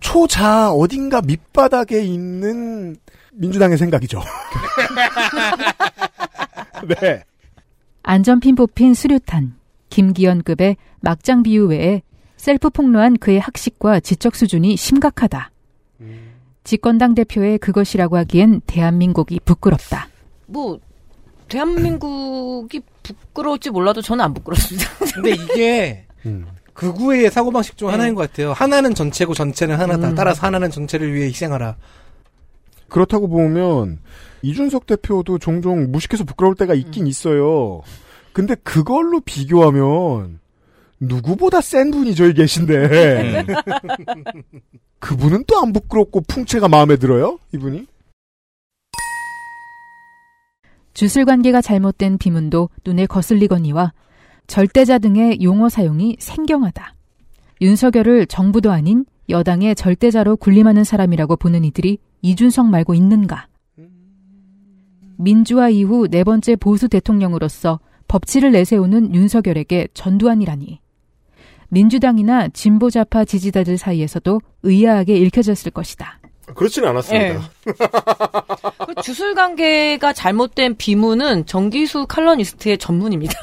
S3: 초자 어딘가 밑바닥에 있는 민주당의 생각이죠. 네.
S2: 안전핀 뽑힌 수류탄, 김기현급의 막장 비유 외에 셀프 폭로한 그의 학식과 지적 수준이 심각하다. 집권당 대표의 그것이라고 하기엔 대한민국이 부끄럽다.
S7: 뭐 대한민국이 부끄러울지 몰라도 저는 안 부끄럽습니다.
S4: 근데 이게 극우의 사고방식 중 하나인 것 같아요. 하나는 전체고 전체는 하나다. 따라서 하나는 전체를 위해 희생하라.
S3: 그렇다고 보면 이준석 대표도 종종 무식해서 부끄러울 때가 있긴 있어요. 근데 그걸로 비교하면 누구보다 센 분이 저희
S5: 음.
S3: 계신데 그분은 또 안 부끄럽고 풍채가 마음에 들어요? 이분이?
S2: 주술 관계가 잘못된 비문도 눈에 거슬리거니와 절대자 등의 용어 사용이 생경하다. 윤석열을 정부도 아닌 여당의 절대자로 군림하는 사람이라고 보는 이들이 이준석 말고 있는가? 민주화 이후 네 번째 보수 대통령으로서 법치를 내세우는 윤석열에게 전두환이라니. 민주당이나 진보좌파 지지자들 사이에서도 의아하게 읽혀졌을 것이다.
S6: 그렇지는 않았습니다.
S7: 그 주술 관계가 잘못된 비문은 정기수 칼럼니스트의 전문입니다.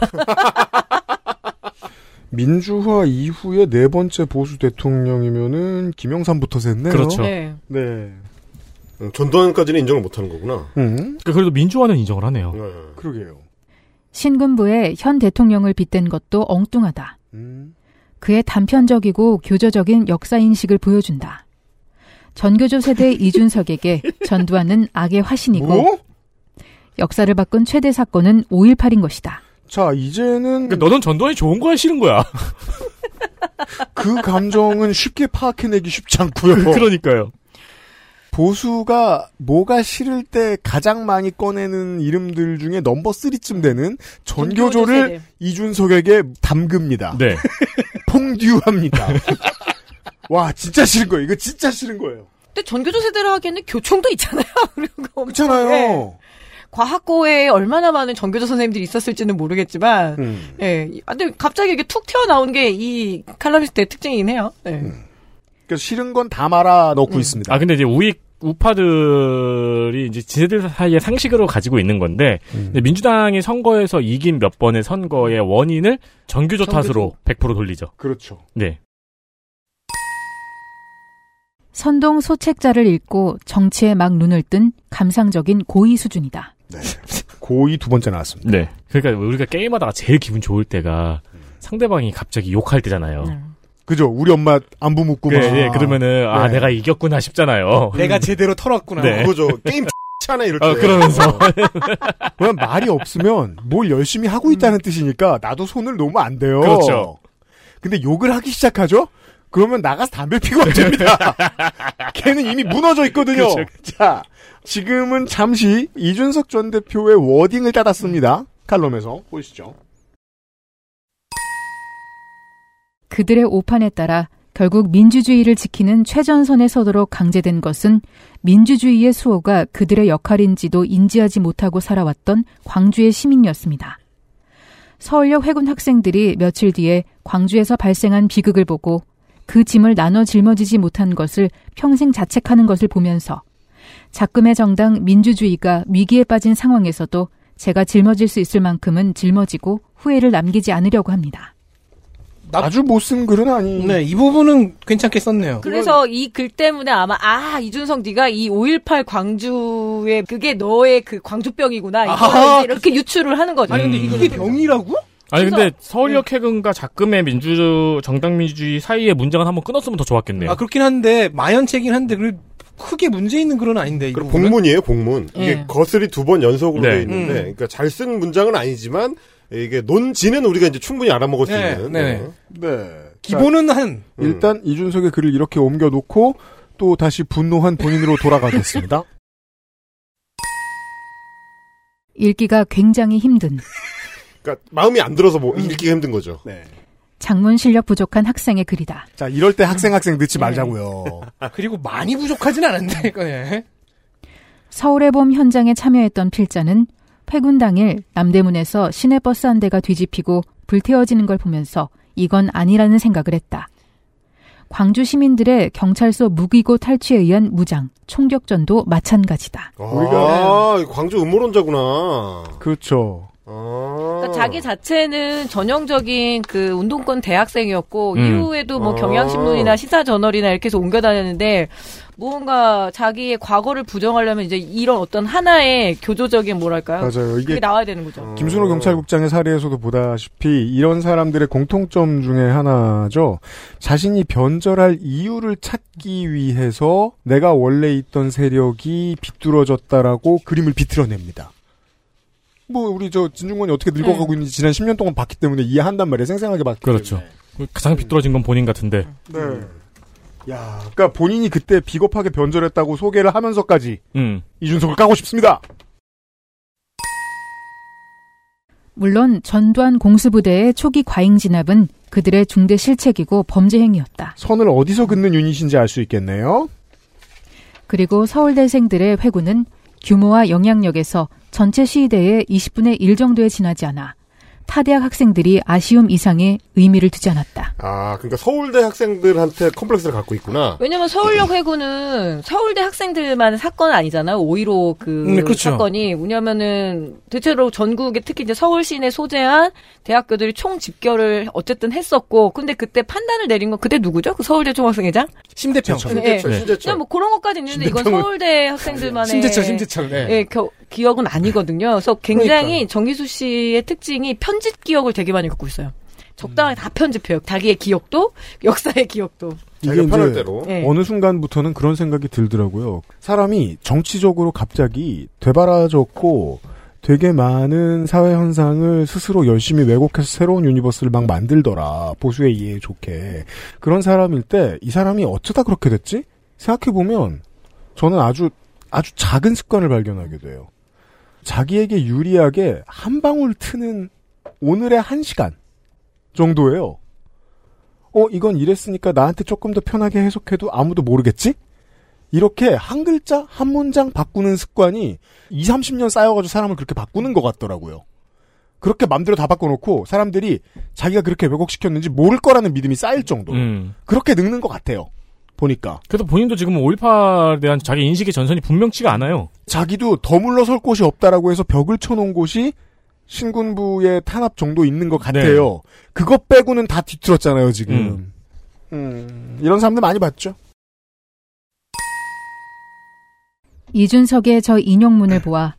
S3: 민주화 이후에 네 번째 보수 대통령이면은 김영삼부터 셌네요.
S5: 그렇죠.
S7: 네.
S6: 음, 전두환까지는 인정을 못하는 거구나.
S5: 그러니까 그래도 민주화는 인정을
S6: 어.
S5: 하네요.
S3: 음? 그러게요.
S2: 신군부의 현 대통령을 빗댄 것도 엉뚱하다.
S3: 음.
S2: 그의 단편적이고 교조적인 역사 인식을 보여준다. 전교조 세대 이준석에게 전두환은 악의 화신이고
S3: 뭐?
S2: 역사를 바꾼 최대 사건은 5.18인 것이다.
S3: 자, 이제는
S5: 그러니까 너는 전두환이 좋은 거야 싫은 거야?
S3: 그 감정은 쉽게 파악해내기 쉽지 않고요.
S5: 그러니까요.
S3: 보수가 뭐가 싫을 때 가장 많이 꺼내는 이름들 중에 넘버 3쯤 되는
S14: 전교조
S3: 전교조를
S14: 세대.
S3: 이준석에게 담급니다.
S5: 네.
S3: 퐁듀합니다. 와, 진짜 싫은 거예요. 이거 진짜 싫은 거예요.
S7: 근데 전교조 세대라 하기에는 교총도 있잖아요. 그리고
S3: 그렇잖아요.
S14: 네.
S7: 과학고에 얼마나 많은 전교조 선생님들이 있었을지는 모르겠지만,
S3: 음.
S7: 예. 아, 근데 갑자기 이게 툭 튀어나온 게 이 칼럼니스트의 특징이긴 해요. 네.
S3: 그러니까 싫은 건 다 말아 넣고 있습니다.
S5: 아 근데 이제 우익 우파들이 이제 지네들 사이에 상식으로 가지고 있는 건데
S3: 음.
S5: 근데 네, 민주당이 선거에서 이긴 몇 번의 선거의 원인을 정규조 탓으로 100% 돌리죠.
S3: 그렇죠.
S5: 네.
S2: 선동 소책자를 읽고 정치에 막 눈을 뜬 감상적인 고의 수준이다.
S3: 고의 두 번째 나왔습니다.
S5: 네. 그러니까 우리가 게임하다가 제일 기분 좋을 때가 상대방이 갑자기 욕할 때잖아요.
S3: 그죠? 우리 엄마 안부 묻고
S5: 그,
S3: 막.
S5: 예, 그러면은 아
S3: 네.
S5: 내가 이겼구나 싶잖아요.
S4: 음. 내가 제대로 털었구나.
S6: 그거죠. 게임 차네 이럴 때.
S5: 어, 그러면서
S3: 왜냐면 말이 없으면 뭘 열심히 하고 있다는 뜻이니까 나도 손을 놓으면 안 돼요.
S5: 그렇죠.
S3: 근데 욕을 하기 시작하죠? 그러면 나가서 담배 피고 안 됩니다. 걔는 이미 무너져 있거든요.
S14: 그렇죠,
S3: 자, 지금은 잠시 이준석 전 대표의 워딩을 따랐습니다. 칼럼에서 보시죠.
S2: 그들의 오판에 따라 결국 민주주의를 지키는 최전선에 서도록 강제된 것은 민주주의의 수호가 그들의 역할인지도 인지하지 못하고 살아왔던 광주의 시민이었습니다. 서울역 해군 학생들이 며칠 뒤에 광주에서 발생한 비극을 보고 그 짐을 나눠 짊어지지 못한 것을 평생 자책하는 것을 보면서 작금의 정당 민주주의가 위기에 빠진 상황에서도 제가 짊어질 수 있을 만큼은 짊어지고 후회를 남기지 않으려고 합니다.
S3: 아주 못 쓴 글은 아니.
S4: 네, 이 부분은 괜찮게 썼네요.
S7: 그래서 이 글 때문에 아마 아 이준석 네가 이 5.18 광주의 그게 너의 그 광주병이구나
S4: 아하.
S7: 이걸 이렇게 유출을 하는 거죠.
S4: 아니 근데 이게 병이라고?
S5: 아니 근데 서울역 네. 해군과 작금의 민주 정당 민주주의 사이의 문장은 한번 끊었으면 더 좋았겠네요.
S4: 아 그렇긴 한데 마연체긴 한데 그 크게 문제 있는 글은 아닌데. 그
S6: 복문이에요, 복문. 이게
S4: 예.
S6: 거슬이 두 번 연속으로
S5: 네.
S6: 돼 있는데,
S4: 음.
S6: 그러니까 잘 쓴 문장은 아니지만 이게 논지는 우리가 이제 충분히 알아먹을 수
S4: 네,
S6: 있는. 음.
S4: 네.
S3: 네.
S4: 기본은 한
S3: 일단 이준석의 글을 이렇게 옮겨놓고 또 다시 분노한 본인으로 돌아가겠습니다.
S2: 읽기가 굉장히 힘든
S6: 그러니까 마음이 안 들어서 뭐 읽기 가 힘든 거죠.
S2: 장문 실력 부족한 학생의 글이다.
S3: 자, 이럴 때 학생 학생 넣지 말자고요.
S4: 예. 그리고 많이 부족하진 않은데.
S2: 서울의 봄 현장에 참여했던 필자는 폐군 당일 남대문에서 시내버스 한 대가 뒤집히고 불태워지는 걸 보면서 이건 아니라는 생각을 했다. 광주 시민들의 경찰서 무기고 탈취에 의한 무장, 총격전도 마찬가지다.
S6: 우리가 아, 광주 음모론자구나. 아.
S3: 그렇죠.
S7: 그러니까
S6: 어.
S7: 자기 자체는 전형적인 그 운동권 대학생이었고
S6: 음.
S7: 이후에도 뭐
S6: 아.
S7: 경향신문이나 시사저널이나 이렇게 해서 옮겨 다녔는데 무언가 자기의 과거를 부정하려면 이제 이런 어떤 하나의 교조적인 뭐랄까요?
S3: 맞아요. 그러니까 이게
S7: 그게 나와야 되는 거죠.
S3: 김순호 경찰국장의 사례에서도 보다시피 이런 사람들의 공통점 중에 하나죠. 자신이 변절할 이유를 찾기 위해서 내가 원래 있던 세력이 비뚤어졌다라고 그림을 비틀어냅니다. 뭐 우리 저 진중권이 어떻게 늙어가고 있는지 지난 10년 동안 봤기 때문에 이해한단 말이에요. 생생하게 봤기
S5: 그렇죠. 가장 비뚤어진 건 본인 같은데.
S3: 때문에. 네. 야, 그러니까 본인이 그때 비겁하게 변절했다고 소개를 하면서까지
S5: 음.
S3: 이준석을 까고 싶습니다.
S2: 물론 전두환 공수부대의 초기 과잉 진압은 그들의 중대 실책이고 범죄 행위였다.
S3: 선을 어디서 긋는 유닛인지 알 수 있겠네요.
S2: 그리고 서울대생들의 회군은 규모와 영향력에서 전체 시위대의 20분의 1 정도에 지나지 않아 타대학 학생들이 아쉬움 이상의 의미를 두지 않았다.
S6: 아, 그러니까 서울대 학생들한테 컴플렉스를 갖고 있구나.
S7: 왜냐면 서울역 회군은 서울대 학생들만 사건 아니잖아요. 5.15 그
S4: 음,
S6: 네, 그렇죠.
S7: 사건이. 왜냐면은 대체로 전국에 특히 이제 서울 시내 소재한 대학교들이 총 집결을 어쨌든 했었고, 근데 그때 판단을 내린 건 그때 누구죠? 그 서울대 총학생회장?
S4: 심대평.
S6: 심재철, 심재철.
S7: 그냥 뭐 그런 것까지 있는데 이건
S4: 그렇죠. 심대평은-
S7: 서울대 학생들만의
S4: 심재철, 심재철, 네.
S7: 예, 겨- 기억은 아니거든요. 그래서 굉장히
S4: 그러니까요.
S7: 정기수 씨의 특징이 편집 기억을 되게 많이 갖고 있어요.
S4: 음.
S7: 적당히 다 편집해요. 자기의 기억도 역사의 기억도.
S3: 이게 이제 어느 순간부터는 그런 생각이 들더라고요. 사람이 정치적으로 갑자기 되바라졌고 되게 많은 사회 현상을 스스로 열심히 왜곡해서 새로운 유니버스를 막 만들더라. 보수의 이해에 좋게. 그런 사람일 때 이 사람이 어쩌다 그렇게 됐지? 생각해보면 저는 아주 아주 작은 습관을 발견하게 돼요. 자기에게 유리하게 한 방울 트는 오늘의 한 시간 정도예요. 어, 이건 이랬으니까 나한테 조금 더 편하게 해석해도 아무도 모르겠지? 이렇게 한 글자, 한 문장 바꾸는 습관이 20, 30년 쌓여가지고 사람을 그렇게 바꾸는 것 같더라고요. 그렇게 맘대로 다 바꿔놓고 사람들이 자기가 그렇게 왜곡시켰는지 모를 거라는 믿음이 쌓일 정도. 그렇게 늙는 것 같아요. 보니까.
S5: 그래도 본인도 지금 5.18에 대한 자기 인식의 전선이 분명치가 않아요.
S3: 자기도 더물러 설 곳이 없다라고 해서 벽을 쳐놓은 곳이 신군부의 탄압 정도 있는 것
S5: 네.
S3: 같아요. 그거 빼고는 다 뒤틀었잖아요, 지금. 음, 이런 사람들 많이 봤죠.
S2: 이준석의 저 인용문을 보아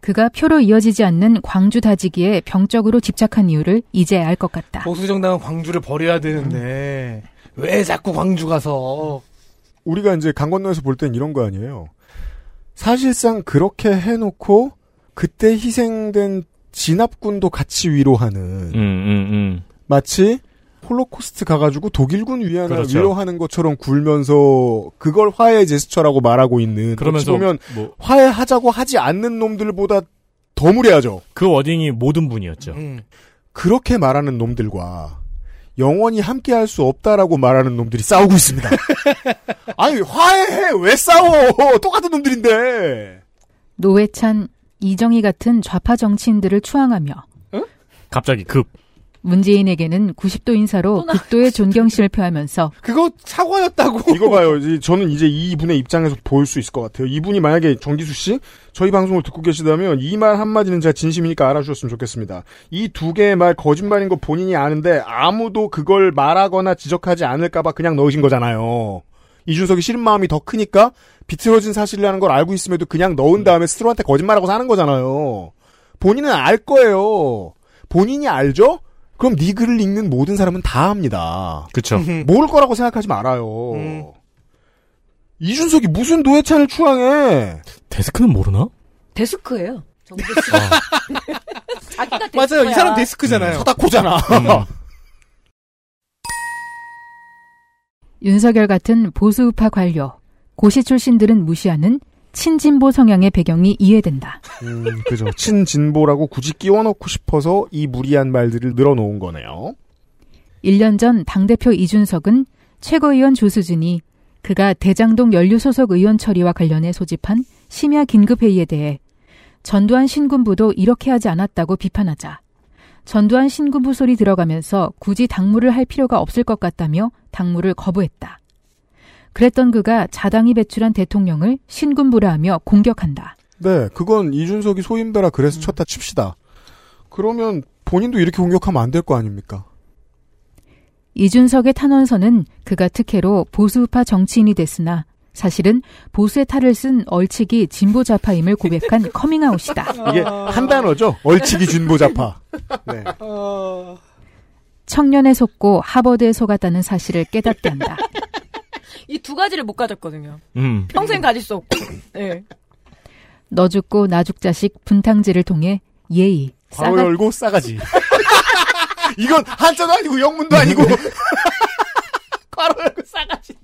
S2: 그가 표로 이어지지 않는 광주 다지기에 병적으로 집착한 이유를 이제 알 것 같다.
S4: 보수정당은 광주를 버려야 되는데 왜 자꾸 광주 가서
S3: 우리가 이제 강 건너에서 볼 땐 이런 거 아니에요. 사실상 그렇게 해놓고 그때 희생된 진압군도 같이 위로하는
S5: 음, 음, 음.
S3: 마치 홀로코스트 가가지고 독일군 위안을
S5: 그렇죠.
S3: 위로하는 것처럼 굴면서 그걸 화해 제스처라고 말하고 있는 어찌
S5: 그러면서
S3: 보면
S5: 뭐-
S3: 화해하자고 하지 않는 놈들보다 더 무례하죠.
S5: 그 워딩이 모든 분이었죠.
S4: 음.
S3: 그렇게 말하는 놈들과 영원히 함께할 수 없다라고 말하는 놈들이 싸우고 있습니다. 아니 화해해 왜 싸워 똑같은 놈들인데
S2: 노회찬, 이정희 같은 좌파 정치인들을 추앙하며
S5: 갑자기 그 급.
S2: 문재인에게는 90도 인사로 극도의 존경심을 표하면서
S3: 그거 사과였다고. 이거 봐요. 이- 저는 이제 이분의 입장에서 볼 수 있을 것 같아요. 이분이 만약에 정기수 씨 저희 방송을 듣고 계시다면 이 말 한마디는 제가 진심이니까 알아주셨으면 좋겠습니다. 이 두 개의 말 거짓말인 거 본인이 아는데 아무도 그걸 말하거나 지적하지 않을까봐 그냥 넣으신 거잖아요. 이준석이 싫은 마음이 더 크니까 비틀어진 사실이라는 걸 알고 있음에도 그냥 넣은 다음에 스스로한테 거짓말하고 사는 거잖아요. 본인은 알 거예요. 본인이 알죠? 그럼 네 글을 읽는 모든 사람은 다 합니다.
S5: 그쵸.
S3: 모를 거라고 생각하지 말아요.
S14: 음.
S3: 이준석이 무슨 노회찬을 추앙해?
S5: 데스크는 모르나?
S7: 데스크예요. 자기가
S4: 맞아요. 이
S7: 데스크야.
S4: 사람 데스크잖아요.
S3: 음. 서다코잖아.
S14: 음.
S2: 윤석열 같은 보수우파 관료, 고시 출신들은 무시하는 친진보 성향의 배경이 이해된다.
S3: 음, 그죠. 친진보라고 굳이 끼워넣고 싶어서 이 무리한 말들을 늘어놓은 거네요.
S2: 1년 전 당대표 이준석은 최고위원 조수진이 그가 대장동 연료 소속 의원 처리와 관련해 소집한 심야 긴급회의에 대해 전두환 신군부도 이렇게 하지 않았다고 비판하자 전두환 신군부 소리 들어가면서 굳이 당무를 할 필요가 없을 것 같다며 당무를 거부했다. 그랬던 그가 자당이 배출한 대통령을 신군부라 하며 공격한다.
S3: 네, 그건 이준석이 소임배라
S14: 음.
S3: 그래서 쳤다 칩시다. 그러면 본인도 이렇게 공격하면 안 될 거 아닙니까?
S2: 이준석의 탄원서는 그가 특혜로 보수파 정치인이 됐으나 사실은 보수의 탈을 쓴 얼치기 진보좌파임을 고백한 커밍아웃이다.
S14: 이게 한 단어죠? 얼치기 진보좌파. 네.
S2: 청년에 속고 하버드에 속았다는 사실을 깨닫게 한다.
S7: 이 두 가지를 못 가졌거든요.
S5: 음.
S7: 평생 가질 수 없고. 네.
S2: 너 죽고 나 죽자식 분탕질을 통해 예의,
S14: 괄호 열고 싸가지. 이건 한자도 아니고 영문도 아니고
S7: 괄호 열고 싸가지.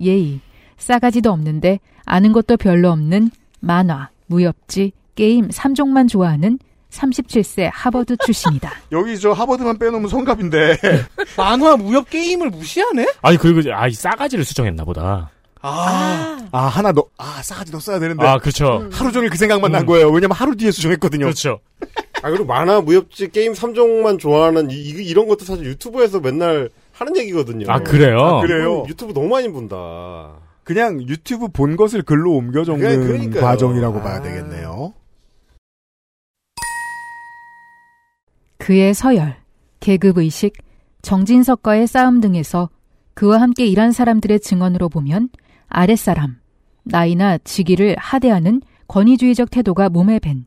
S2: 예의, 싸가지도 없는데 아는 것도 별로 없는 만화, 무협지, 게임 3종만 좋아하는 37세 하버드 출신이다.
S14: 여기 저 하버드만 빼놓으면 성갑인데.
S4: 만화 무협 게임을 무시하네?
S5: 아니 그리고 이제 아이 싸가지를 수정했나 보다.
S4: 아,
S14: 아 하나 더. 아 싸가지 더 써야 되는데.
S5: 아, 그렇죠. 음.
S14: 하루 종일 그 생각만 난 거예요. 왜냐면 하루 뒤에 수정했거든요.
S5: 그렇죠.
S6: 아 그리고 만화 무협지 게임 3종만 좋아하는 이, 이- 이런 것도 사실 유튜브에서 맨날 하는 얘기거든요.
S5: 아, 그래요?
S6: 아, 그래요?
S14: 그래요?
S6: 유튜브 너무 많이 본다.
S3: 그냥 유튜브 본 것을 글로 옮겨 적는
S6: 그냥 그러니까요.
S3: 과정이라고 봐야 되겠네요.
S2: 그의 서열, 계급의식, 정진석과의 싸움 등에서 그와 함께 일한 사람들의 증언으로 보면 아랫사람, 나이나 직위를 하대하는 권위주의적 태도가 몸에 밴,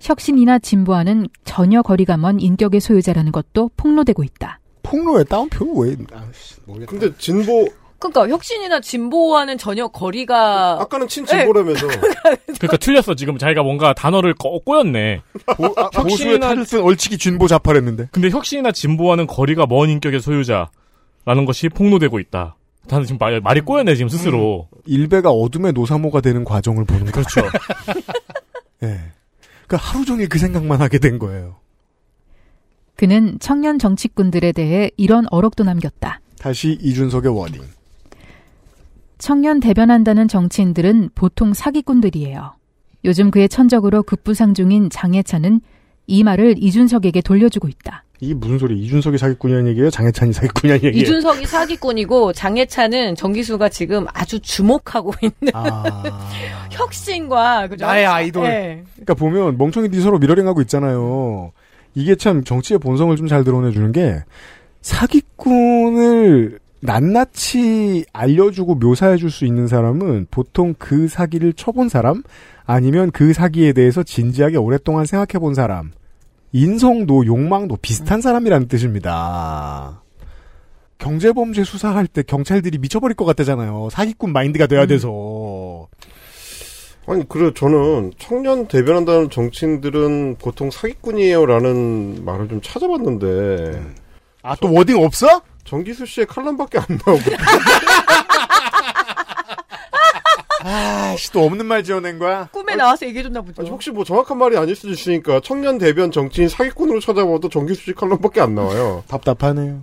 S2: 혁신이나 진보와는 전혀 거리가 먼 인격의 소유자라는 것도 폭로되고 있다.
S3: 폭로에 따옴표 왜?
S6: 근데 진보
S7: 그러니까 혁신이나 진보와는 전혀 거리가
S6: 아까는 그
S3: 네.
S6: 친진보라면서
S5: 그러니까 틀렸어 지금 자기가 뭔가 단어를 꺼, 꼬였네.
S14: 보, 아, 보수의
S5: 혁신이나
S14: 탈을 쓴 얼치기 진보 좌파랬는데.
S5: 근데 혁신이나 진보와는 거리가 먼 인격의 소유자라는 것이 폭로되고 있다. 나는 지금 말, 말이 꼬였네 지금 스스로.
S3: 음. 일베가 어둠의 노사모가 되는 과정을 보는 거죠.
S5: 그렇죠.
S3: 예. 그러니까 하루 종일 그 생각만 하게 된 거예요.
S2: 그는 청년 정치꾼들에 대해 이런 어록도 남겼다.
S3: 다시 이준석의 워딩.
S2: 청년 대변한다는 정치인들은 보통 사기꾼들이에요. 요즘 그의 천적으로 급부상 중인 장해찬은 이 말을 이준석에게 돌려주고 있다.
S14: 이게 무슨 소리? 이준석이 사기꾼이라는 얘기예요? 장해찬이 사기꾼이라는 얘기예요?
S7: 이준석이 사기꾼이고 장해찬은 정기수가 지금 아주 주목하고 있는 혁신과 그죠?
S3: 나의 아이돌.
S7: 네.
S3: 그러니까 보면 멍청이들이 서로 미러링하고 있잖아요. 이게 참 정치의 본성을 좀 잘 드러내 주는 게 사기꾼을 낱낱이 알려주고 묘사해 줄 수 있는 사람은 보통 그 사기를 쳐본 사람 아니면 그 사기에 대해서 진지하게 오랫동안 생각해 본 사람 인성도 욕망도 비슷한 사람이라는 뜻입니다. 경제범죄 수사할 때 경찰들이 미쳐버릴 것 같다잖아요. 사기꾼 마인드가 돼야 돼서.
S6: 아니 그래 저는 청년 대변한다는 정치인들은 보통 사기꾼이에요라는 말을 좀 찾아봤는데
S14: 아 또 워딩 없어?
S6: 정기수 씨의 칼럼밖에 안 나오고
S14: 아씨 또 없는 말 지어낸 거야?
S7: 꿈에 나와서 얘기해줬나 보죠.
S6: 아니, 혹시 뭐 정확한 말이 아닐 수도 있으니까 청년 대변 정치인 사기꾼으로 찾아봐도 정기수 씨 칼럼밖에 안 나와요.
S3: 답답하네요.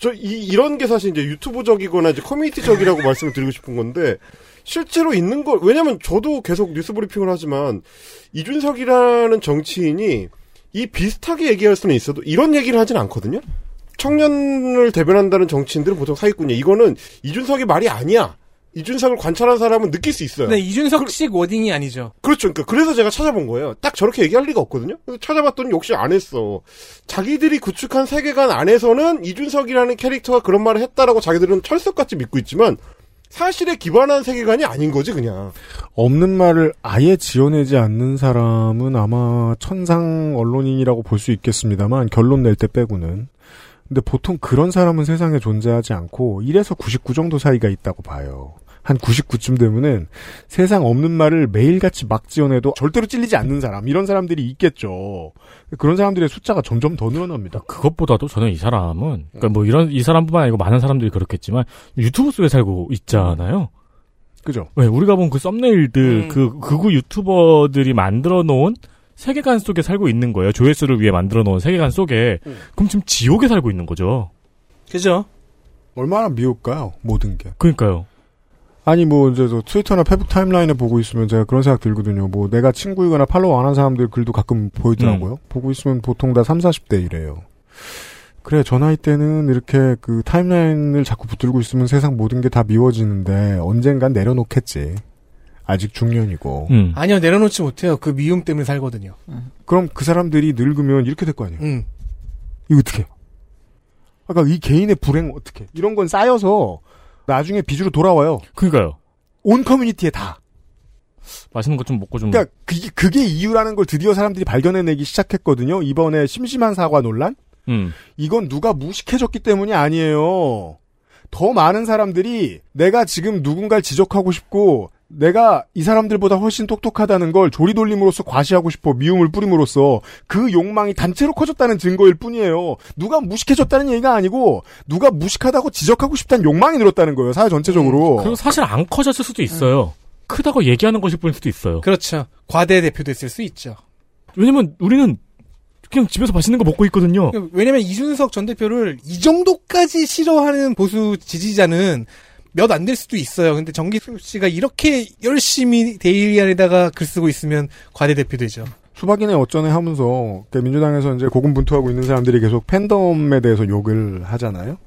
S6: 저 이, 이런 게 사실 이제 유튜브적이거나 이제 커뮤니티적이라고 말씀을 드리고 싶은 건데 실제로 있는 걸 왜냐면 저도 계속 뉴스 브리핑을 하지만 이준석이라는 정치인이 이 비슷하게 얘기할 수는 있어도 이런 얘기를 하진 않거든요. 청년을 대변한다는 정치인들은 보통 사기꾼이야. 이거는 이준석의 말이 아니야. 이준석을 관찰한 사람은 느낄 수 있어요.
S4: 네, 이준석식
S5: 그-
S4: 워딩이 아니죠.
S6: 그렇죠. 그러니까 그래서 제가 찾아본 거예요. 딱 저렇게 얘기할 리가 없거든요. 그래서 찾아봤더니 역시 안 했어. 자기들이 구축한 세계관 안에서는 이준석이라는 캐릭터가 그런 말을 했다라고 자기들은 철석같이 믿고 있지만 사실에 기반한 세계관이 아닌 거지 그냥.
S3: 없는 말을 아예 지어내지 않는 사람은 아마 천상 언론인이라고 볼 수 있겠습니다만 결론 낼 때 빼고는 근데 보통 그런 사람은 세상에 존재하지 않고 1에서 99 정도 사이가 있다고 봐요. 한 99쯤 되면은 세상 없는 말을 매일같이 막 지어내도 절대로 찔리지 않는 사람 이런 사람들이 있겠죠. 그런 사람들의 숫자가 점점 더 늘어납니다.
S5: 그것보다도 저는 이 사람은 그러니까 뭐 이런 이 사람뿐만 아니고 많은 사람들이 그렇겠지만 유튜브 속에 살고 있잖아요.
S3: 그죠?
S5: 왜 우리가 본 그 썸네일들
S4: 음.
S5: 그 극우 유튜버들이 만들어 놓은 세계관 속에 살고 있는 거예요. 조회수를 위해 만들어 놓은 세계관 속에 그럼 지금 지옥에 살고 있는 거죠.
S4: 음. 그죠?
S3: 얼마나 미울까요? 모든 게.
S5: 그러니까요.
S3: 아니 뭐 이제 저 트위터나 페북 타임라인에 보고 있으면 제가 그런 생각 들거든요. 뭐 내가 친구이거나 팔로우 안 한 사람들 글도 가끔 보이더라고요. 보고 있으면 보통 다 3, 40대 이래요. 그래 저 나이 때는 이렇게 그 타임라인을 자꾸 붙들고 있으면 세상 모든 게 다 미워지는데 언젠간 내려놓겠지. 아직
S5: 음.
S3: 중년이고.
S4: 아니요, 내려놓지 못해요. 그 미움 때문에 살거든요.
S3: 그럼 그 사람들이 늙으면 이렇게 될 거 아니에요.
S4: 음.
S3: 이거 어떻게? 아까 이 개인의 불행 어떻게? 이런 건 쌓여서 나중에 비주로 돌아와요.
S5: 그러니까요.
S3: 온 커뮤니티에 다.
S5: 맛있는 것 좀 먹고 좀.
S3: 그러니까 그게, 그게 이유라는 걸 드디어 사람들이 발견해내기 시작했거든요. 이번에 심심한 사과 논란?
S5: 음.
S3: 이건 누가 무식해졌기 때문이 아니에요. 더 많은 사람들이 내가 지금 누군가를 지적하고 싶고 내가 이 사람들보다 훨씬 똑똑하다는 걸 조리돌림으로써 과시하고 싶어 미움을 뿌림으로써 그 욕망이 단체로 커졌다는 증거일 뿐이에요. 누가 무식해졌다는 얘기가 아니고 누가 무식하다고 지적하고 싶다는 욕망이 늘었다는 거예요. 사회 전체적으로.
S5: 그리고 사실 안 커졌을 수도 있어요. 크다고 얘기하는 것일 뿐일 수도 있어요.
S4: 음. 그렇죠. 과대 대표됐을 수 있죠.
S5: 왜냐면 우리는 그냥 집에서 맛있는 거 먹고 있거든요.
S4: 왜냐면 이준석 전 대표를 이 정도까지 싫어하는 보수 지지자는 몇 안 될 수도 있어요. 근데 정기수 씨가 이렇게 열심히 데일리안에다가 글 쓰고 있으면 과대 대표되죠.
S3: 수박이네 어쩌네 하면서 그 민주당에서 이제 고군분투하고 있는 사람들이 계속 팬덤에 대해서 욕을 하잖아요.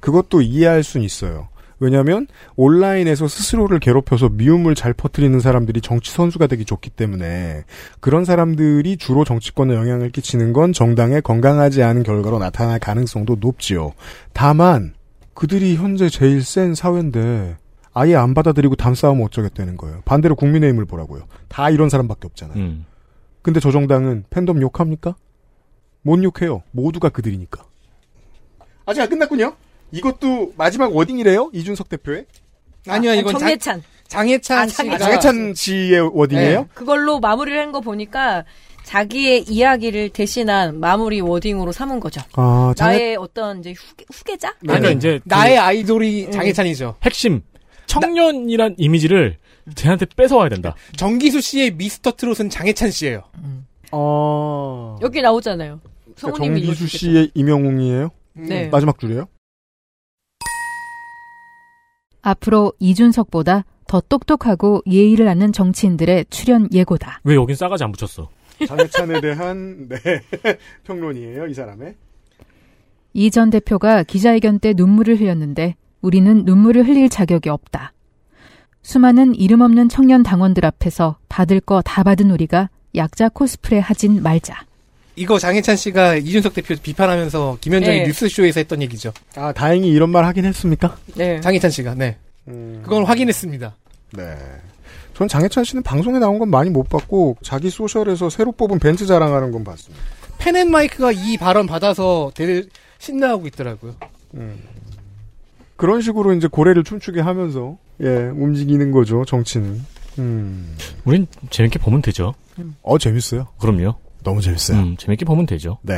S3: 그것도 이해할 순 있어요. 왜냐하면 온라인에서 스스로를 괴롭혀서 미움을 잘 퍼뜨리는 사람들이 정치 선수가 되기 좋기 때문에 그런 사람들이 주로 정치권에 영향을 끼치는 건 정당에 건강하지 않은 결과로 나타날 가능성도 높지요. 다만 그들이 현재 제일 센 사회인데 아예 안 받아들이고 담싸우면 어쩌겠다는 거예요. 반대로 국민의힘을 보라고요. 다 이런 사람밖에
S4: 음.
S3: 없잖아요.
S5: 음.
S3: 근데 저 정당은 팬덤 욕합니까? 못 욕해요. 모두가 그들이니까. 아직 안 끝났군요. 이것도 마지막 워딩이래요? 이준석 대표의?
S4: 아니요,
S7: 아니,
S4: 이건 장-
S7: 정예찬.
S4: 장해찬
S7: 아,
S4: 씨가
S7: 장해찬.
S3: 장해찬 씨의 워딩이에요?
S4: 네.
S7: 그걸로 마무리를 한 거 보니까 자기의 이야기를 대신한 마무리 워딩으로 삼은 거죠.
S3: 아, 장해-
S7: 나의 어떤 이제 후계, 후계자?
S5: 그러니까 이제
S4: 네. 나의 아이돌이 장해찬이죠.
S5: 핵심 청년이란 이미지를 쟤한테 뺏어와야 된다.
S4: 정기수 씨의 미스터 트롯은 장해찬 씨예요.
S3: 어.
S7: 여기 나오잖아요. 성우님이
S3: 그러니까 정기수
S7: 읽어주겠죠.
S3: 씨의 임영웅이에요?
S7: 네.
S3: 마지막 줄이에요?
S2: 앞으로 이준석보다 더 똑똑하고 예의를 아는 정치인들의 출연 예고다.
S5: 왜 여긴 싸가지 안 붙였어?
S3: 장해찬에 대한 네 평론이에요 이 사람의
S2: 이 전 대표가 기자회견 때 눈물을 흘렸는데 우리는 눈물을 흘릴 자격이 없다. 수많은 이름 없는 청년 당원들 앞에서 받을 거 다 받은 우리가 약자 코스프레 하진 말자.
S4: 이거 장해찬 씨가 이준석 대표 비판하면서 김현정이
S2: 네.
S4: 뉴스쇼에서 했던 얘기죠.
S3: 아 다행히 이런 말 하긴 했습니까?
S7: 네.
S4: 장해찬 씨가 네. 그건 확인했습니다.
S3: 네. 전 장해찬 씨는 방송에 나온 건 많이 못 봤고 자기 소셜에서 새로 뽑은 벤츠 자랑하는 건 봤습니다.
S4: 펜앤마이크가 이 발언 받아서 되게 신나하고 있더라고요.
S3: 그런 식으로 이제 고래를 춤추게 하면서 예 움직이는 거죠 정치는. 음.
S5: 우린 재밌게 보면 되죠.
S3: 어 재밌어요.
S5: 그럼요. 음,
S3: 너무 재밌어요.
S5: 재밌게 보면 되죠.
S3: 네.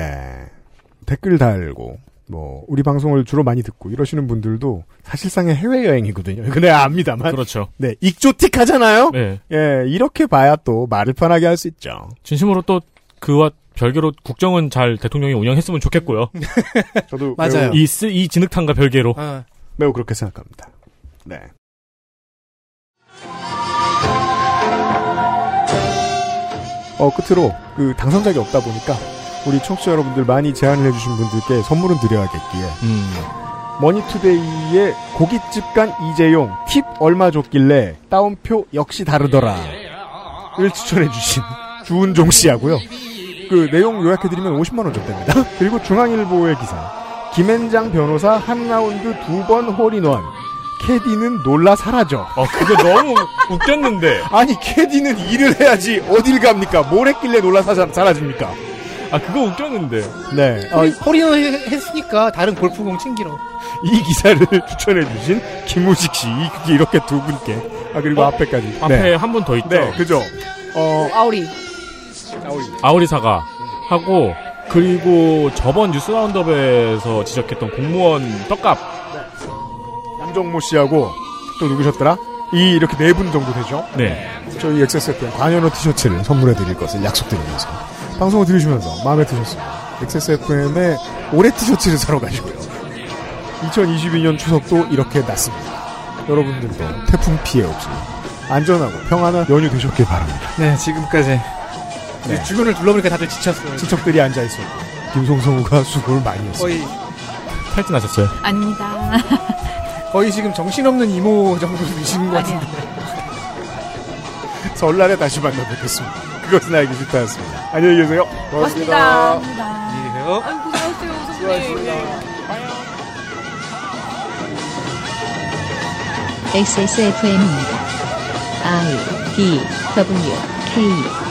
S3: 댓글 달고 뭐 우리 방송을 주로 많이 듣고 이러시는 분들도 사실상의 해외 여행이거든요. 근데 압니다만.
S5: 그렇죠.
S3: 네, 익조틱하잖아요.
S5: 네.
S3: 예, 이렇게 봐야 또 말을 편하게 할 수 있죠.
S5: 진심으로 또 그와 별개로 국정은 잘 대통령이 운영했으면 좋겠고요.
S3: 저도
S5: 맞아요. 이, 쓰, 이 진흙탕과 별개로.
S3: 아.
S4: 아,
S3: 매우 그렇게 생각합니다. 네. 어, 끝으로 그 당선작이 없다 보니까 우리 청취자 여러분들 많이 제안을 해주신 분들께 선물은 드려야겠기에
S5: 음.
S3: 머니투데이의 고깃집 간 이재용 팁 얼마 줬길래 따옴표 역시 다르더라 를 추천해주신 주은종 씨하고요 그 내용 요약해드리면 50만원 줬답니다 그리고 중앙일보의 기사 김앤장 변호사 한 라운드 두 번 홀인원 캐디는 놀라 사라져
S5: 어 그거 너무 웃겼는데
S3: 아니 캐디는 일을 해야지 어딜 갑니까 뭘 했길래 놀라 사자, 사라집니까
S5: 아 그거 웃겼는데
S3: 네 어,
S4: 허리- 허리는 해- 했으니까 다른 골프공 챙기러.
S3: 이 기사를 추천해주신 김우식 씨, 이- 이렇게 두 분께. 아, 그리고 앞에까지.
S5: 앞에
S3: 네.
S5: 한 분 더 있죠.
S3: 네, 그죠. 어,
S7: 아우리.
S5: 아우리 사과 하고 그리고 저번 뉴스 라운드업에서 지적했던 공무원 떡값
S3: 남정모 씨하고 또 누구셨더라? 이, 이렇게 네 분 정도 되죠?
S5: 네.
S3: 저희 XSFM 관현호 티셔츠를 선물해드릴 것을 약속드리면서 방송을 들으시면서 마음에 드셨습니다. XSFM의 올해 티셔츠를 사러 가시고요. 2022년 추석도 이렇게 났습니다. 여러분들도 태풍 피해 없이 안전하고 평안한 연휴 되셨길 바랍니다.
S4: 네, 지금까지. 이제 주변을 둘러보니까 다들 지쳤어요.
S3: 친척들이 앉아있었고, 김송성우가 수고를 많이 했어요.
S4: 거의,
S5: 탈진하셨어요.
S4: 아닙니다. 거의 지금 정신없는 이모 정도이신 것 같은데.
S3: 설날에 다시 만나뵙겠습니다. 그것은 알기 싫다였습니다. 안녕히 계세요.
S7: 고맙습니다.
S4: 안녕히 계세요.
S7: 고생하셨어요, 선생님.
S1: XSFM입니다. I D W K